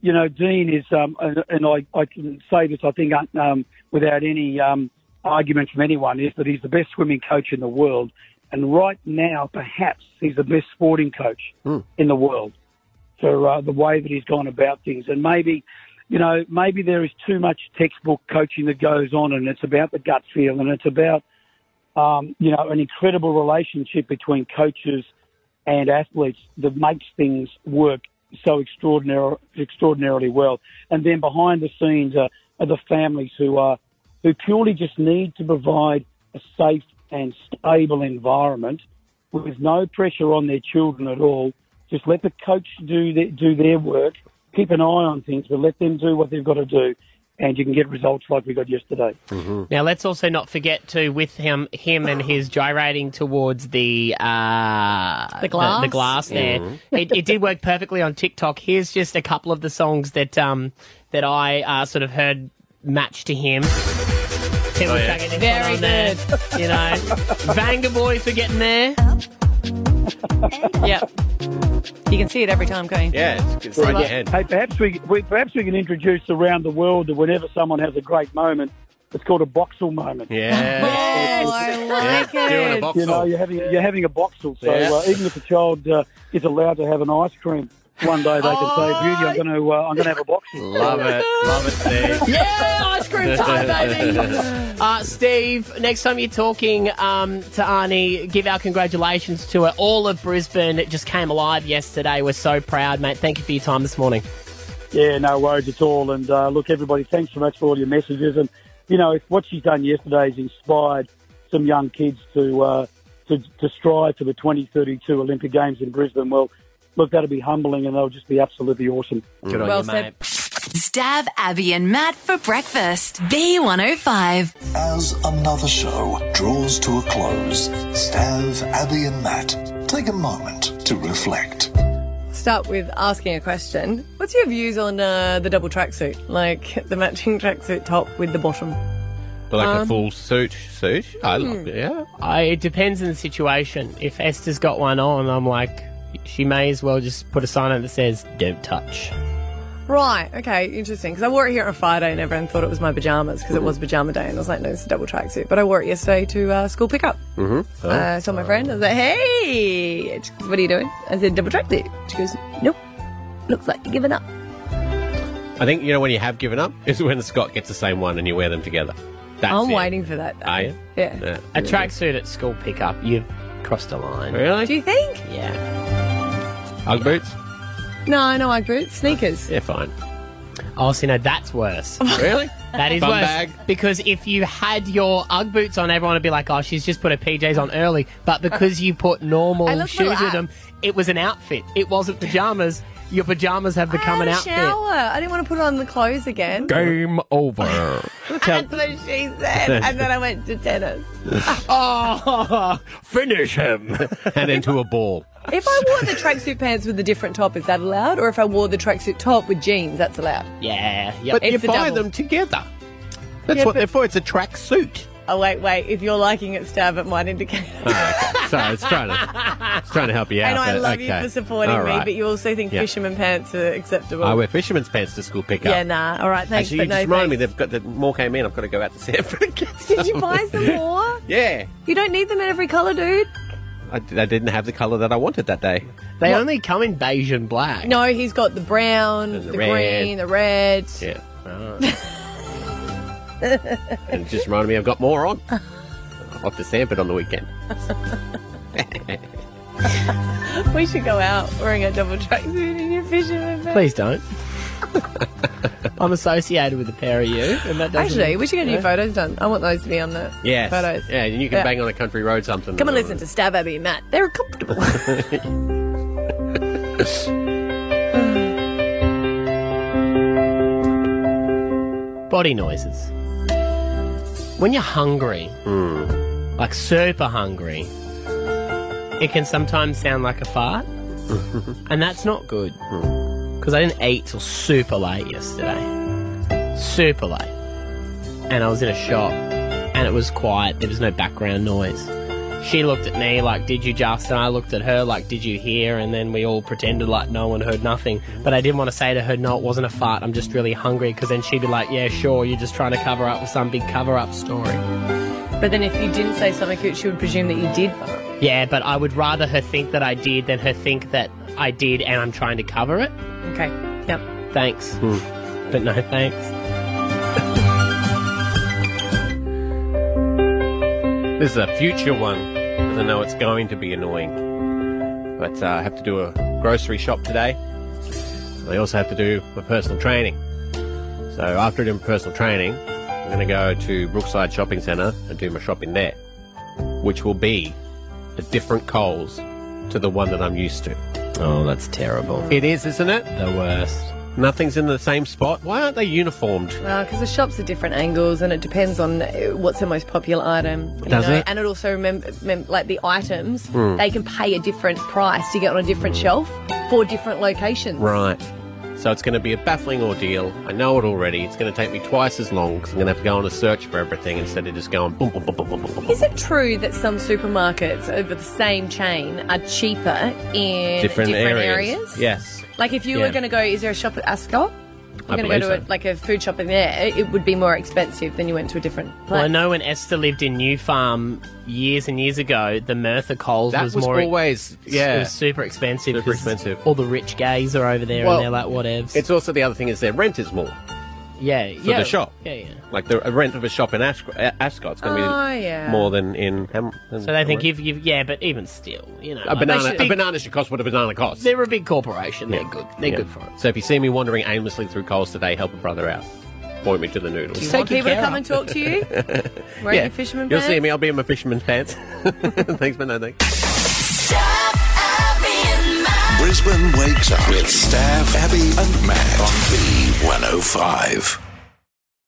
[SPEAKER 19] you know, Dean is, um, and, and I, I can say this, I think, um, without any um, argument from anyone, is that he's the best swimming coach in the world, and right now, perhaps he's the best sporting coach in the world for uh, the way that he's gone about things. And maybe, you know, maybe there is too much textbook coaching that goes on, and it's about the gut feel, and it's about um, you know, an incredible relationship between coaches and athletes that makes things work so extraordinary, extraordinarily well. And then behind the scenes are, are the families who are who purely just need to provide a safe and stable environment with no pressure on their children at all. Just let the coach do their, do their work. Keep an eye on things, but let them do what they've got to do, and you can get results like we got yesterday.
[SPEAKER 2] Now let's also not forget to with him him and his gyrating towards the uh,
[SPEAKER 20] The glass?
[SPEAKER 2] the, glass there.
[SPEAKER 20] Mhm.
[SPEAKER 2] It, it did work perfectly on TikTok. Here's just a couple of the songs that um that I uh, sort of heard match to him. Tim
[SPEAKER 21] Oh,
[SPEAKER 2] was
[SPEAKER 21] yeah.
[SPEAKER 2] chugging this
[SPEAKER 21] Very
[SPEAKER 2] one on there, you know, [laughs] Vanga boys for getting there.
[SPEAKER 3] yep. You can see it every time going.
[SPEAKER 5] Yeah,
[SPEAKER 2] it's right at the end.
[SPEAKER 19] Hey, perhaps we, we perhaps we can introduce around the world that whenever someone has a great moment, it's called a boxel moment.
[SPEAKER 5] Yeah.
[SPEAKER 3] Oh, I
[SPEAKER 5] like Yeah, doing a it. boxel.
[SPEAKER 19] You know, you're having you're having a boxel. So
[SPEAKER 5] Yeah.
[SPEAKER 19] uh, even if a child uh, is allowed to have an ice cream, one day they can say, "Beauty, I'm going to uh, I'm going to have a boxel."
[SPEAKER 5] Love it. Love it, Steve.
[SPEAKER 2] Yeah, ice
[SPEAKER 5] [laughs]
[SPEAKER 2] cream time, baby. Uh, Steve, next time you're talking um, to Arnie, give our congratulations to her. All of Brisbane just came alive yesterday. We're so proud, mate. Thank you for your time this morning.
[SPEAKER 19] Yeah, no worries at all. And uh, look, everybody, thanks so much for all your messages. And you know, if what she's done yesterday has inspired some young kids to uh, to, to strive for the 2032 Olympic Games in Brisbane, well, look, that'll be humbling, and they'll just be absolutely awesome.
[SPEAKER 2] Good
[SPEAKER 6] Well you, said. Stab Abby and Matt for breakfast. B105.
[SPEAKER 1] As another show draws to a close, Stav, Abby, and Matt take a moment to reflect.
[SPEAKER 3] Start with asking a question. What's your views on uh, the double tracksuit? Like the matching tracksuit top with the bottom?
[SPEAKER 5] Like a
[SPEAKER 2] Um, hmm.
[SPEAKER 5] full suit. Suit? I love it. Yeah.
[SPEAKER 2] I, it depends on the situation. If Esther's got one on, I'm like, she may as well just put a sign on that says, don't touch.
[SPEAKER 3] Right, okay, interesting. Because I wore it here on Friday and everyone thought it was my pajamas because it was pajama day. And I was like, no, it's a double tracksuit. But I wore it yesterday to uh, school pickup.
[SPEAKER 5] Mm-hmm.
[SPEAKER 3] Uh, I saw my friend. I was like, hey, she goes, what are you doing? I said, double tracksuit. She goes, nope, looks like you're giving up.
[SPEAKER 5] I think, you know, when you have given up is when Scott gets the same one and you wear them together. That's
[SPEAKER 3] I'm
[SPEAKER 5] it.
[SPEAKER 3] waiting for that.
[SPEAKER 5] Are you?
[SPEAKER 3] Yeah.
[SPEAKER 2] A tracksuit at school pickup, you've crossed a line.
[SPEAKER 5] Really?
[SPEAKER 3] Do you think?
[SPEAKER 2] Yeah.
[SPEAKER 5] Ugg boots?
[SPEAKER 3] No, no, I grew sneakers.
[SPEAKER 5] Yeah, fine.
[SPEAKER 2] Oh, so no,
[SPEAKER 3] [laughs]
[SPEAKER 2] that's worse.
[SPEAKER 5] Really?
[SPEAKER 2] That is
[SPEAKER 5] Bum
[SPEAKER 2] worse.
[SPEAKER 5] bag?
[SPEAKER 2] Because if you had your Ugg boots on, everyone would be like, oh, she's just put her PJs on early.
[SPEAKER 3] [laughs]
[SPEAKER 2] But because you put normal
[SPEAKER 3] I look
[SPEAKER 2] shoes with
[SPEAKER 3] relaxed.
[SPEAKER 2] them, it was an outfit. It wasn't pajamas. Your pajamas have become
[SPEAKER 3] I had
[SPEAKER 2] an
[SPEAKER 3] a
[SPEAKER 2] outfit.
[SPEAKER 3] shower. I didn't want to put on the clothes again.
[SPEAKER 2] Game [laughs] over.
[SPEAKER 3] That's what she said. And then I went to
[SPEAKER 5] [laughs]
[SPEAKER 3] tennis. [laughs]
[SPEAKER 2] oh, [laughs]
[SPEAKER 5] Finish him. [laughs] and into a ball.
[SPEAKER 3] If I wore the tracksuit pants with a different top, is that allowed? Or if I wore the tracksuit top with jeans, that's allowed.
[SPEAKER 2] Yeah.
[SPEAKER 5] But
[SPEAKER 3] It's
[SPEAKER 5] you
[SPEAKER 3] the
[SPEAKER 5] buy
[SPEAKER 3] double.
[SPEAKER 5] [laughs] them together. That's
[SPEAKER 3] Yeah,
[SPEAKER 5] what
[SPEAKER 3] but-
[SPEAKER 5] they're for. It's a track suit.
[SPEAKER 3] Oh, wait, wait. If you're liking it, Stav, it might indicate.
[SPEAKER 5] Oh, okay. Sorry, it's trying to, it's trying to help you out.
[SPEAKER 3] and I
[SPEAKER 5] but
[SPEAKER 3] love
[SPEAKER 5] okay.
[SPEAKER 3] you for supporting
[SPEAKER 5] All
[SPEAKER 3] me,
[SPEAKER 5] right.
[SPEAKER 3] but you also think
[SPEAKER 5] Yeah.
[SPEAKER 3] fisherman pants are acceptable.
[SPEAKER 5] I wear fisherman's pants to school pickup.
[SPEAKER 3] Yeah, nah. All right, thanks,
[SPEAKER 5] Actually,
[SPEAKER 3] but
[SPEAKER 5] you
[SPEAKER 3] no
[SPEAKER 5] just remind me they've got the more came in. I've got to go out to Sanford and get some.
[SPEAKER 3] Did you buy some more?
[SPEAKER 5] [laughs] Yeah,
[SPEAKER 3] You don't need them in every colour, dude.
[SPEAKER 5] I, d- I didn't have the color that I wanted that day.
[SPEAKER 2] They only come in beige and black.
[SPEAKER 3] No, he's got the brown,
[SPEAKER 5] And the
[SPEAKER 3] the,
[SPEAKER 5] red.
[SPEAKER 3] green, the red. [laughs]
[SPEAKER 5] Yeah. and it just reminded me I've got more
[SPEAKER 3] [laughs]
[SPEAKER 5] on. Off to Sanford on the weekend.
[SPEAKER 3] [laughs]
[SPEAKER 5] [laughs]
[SPEAKER 3] we should go out wearing a double tracksuit in your fisherman pants.
[SPEAKER 2] Please don't. [laughs] I'm associated with a pair of you, and that doesn't.
[SPEAKER 3] Actually, we should get new
[SPEAKER 2] Yeah.
[SPEAKER 3] photos done. I want those to be on the
[SPEAKER 5] Yes.
[SPEAKER 3] photos.
[SPEAKER 5] Yeah, and you can
[SPEAKER 3] Yeah.
[SPEAKER 5] bang on a country road something.
[SPEAKER 3] Come and listen to Stab Abby and Matt. They're comfortable.
[SPEAKER 2] Body noises. When you're hungry, like super hungry, it can sometimes sound like a fart, Mm-hmm. and that's not good. Because I didn't eat till super late yesterday. Super late. And I was in a shop, and it was quiet, there was no background noise. She looked at me like, Did you just? And I looked at her like, Did you hear? And then we all pretended like no one heard nothing. But I didn't want to say to her, No, it wasn't a fart. I'm just really hungry. Because then she'd be like, Yeah, sure. You're just trying to cover up with some big cover up story.
[SPEAKER 3] but then if you didn't say something cute, she would presume that you did.
[SPEAKER 2] Yeah, but I would rather her think that I did than her think that I did and I'm trying to cover it.
[SPEAKER 3] Okay. Yep.
[SPEAKER 2] Thanks.
[SPEAKER 5] Hmm.
[SPEAKER 2] But no thanks.
[SPEAKER 5] [laughs] This is a future one, because I know it's going to be annoying. But uh, I have to do a grocery shop today. And I also have to do my personal training. So after doing personal training, I'm going to go to Brookside Shopping Centre and do my shopping there, which will be a different Coles to the one that I'm used to.
[SPEAKER 2] Oh, that's terrible.
[SPEAKER 5] It is, isn't it?
[SPEAKER 2] The worst.
[SPEAKER 5] Nothing's in the same spot. Why aren't they uniformed?
[SPEAKER 3] Because the shops are different angles, and it depends on uh, what's the most popular item. you
[SPEAKER 5] Does
[SPEAKER 3] know,
[SPEAKER 5] it?
[SPEAKER 3] And it also remember, remem like the items,
[SPEAKER 5] Mm.
[SPEAKER 3] they can pay a different price to get on a different shelf for different locations.
[SPEAKER 5] Right. So it's going to be a baffling ordeal. I know it already. It's going to take me twice as long because I'm going to have to go on a search for everything instead of just going boom, boom, boom, boom, boom, boom, boom.
[SPEAKER 3] Is it true that some supermarkets over the same chain are cheaper in different, areas?
[SPEAKER 5] Yes.
[SPEAKER 3] Like if you
[SPEAKER 5] Yeah.
[SPEAKER 3] were going to go, is there a shop at Ascot? If
[SPEAKER 2] I
[SPEAKER 3] You're going to go
[SPEAKER 2] believe
[SPEAKER 3] to
[SPEAKER 2] so.
[SPEAKER 3] a, like a food shop in there. It would be more expensive than you went to a different place.
[SPEAKER 2] Well, I know when Esther lived in New Farm years and years ago, the Mirtha Coles
[SPEAKER 5] That
[SPEAKER 2] was,
[SPEAKER 5] was
[SPEAKER 2] more e-
[SPEAKER 5] always- yeah.
[SPEAKER 2] it was super expensive.
[SPEAKER 5] Super
[SPEAKER 2] 'cause
[SPEAKER 5] expensive.
[SPEAKER 2] All the rich gays are over there,
[SPEAKER 5] Well,
[SPEAKER 2] and they're like, whatevs.
[SPEAKER 5] It's also the other thing is their rent is more
[SPEAKER 2] yeah,
[SPEAKER 5] for
[SPEAKER 2] yeah,
[SPEAKER 5] the shop.
[SPEAKER 2] Yeah, yeah.
[SPEAKER 5] Like the a rent of a shop in Ascot, Ascot's going to
[SPEAKER 2] Oh,
[SPEAKER 5] be
[SPEAKER 2] yeah.
[SPEAKER 5] more than in. Ham-
[SPEAKER 2] So they think if you, yeah, but even still, you know,
[SPEAKER 5] a banana, a banana should cost what a banana costs.
[SPEAKER 2] They're a big corporation. They're good. They're
[SPEAKER 5] Yeah.
[SPEAKER 2] good for it.
[SPEAKER 5] So if you see me wandering aimlessly through Coles today, help a brother out. Point me to the noodles.
[SPEAKER 3] Do you want people to come and talk to
[SPEAKER 5] [laughs]
[SPEAKER 3] you? Wearing your fisherman
[SPEAKER 5] You'll see
[SPEAKER 3] pants?
[SPEAKER 5] me. I'll be in my fisherman's pants. [laughs] thanks, but no thanks.
[SPEAKER 1] oh Brisbane wakes up with Stav, Abby, and Matt on B105.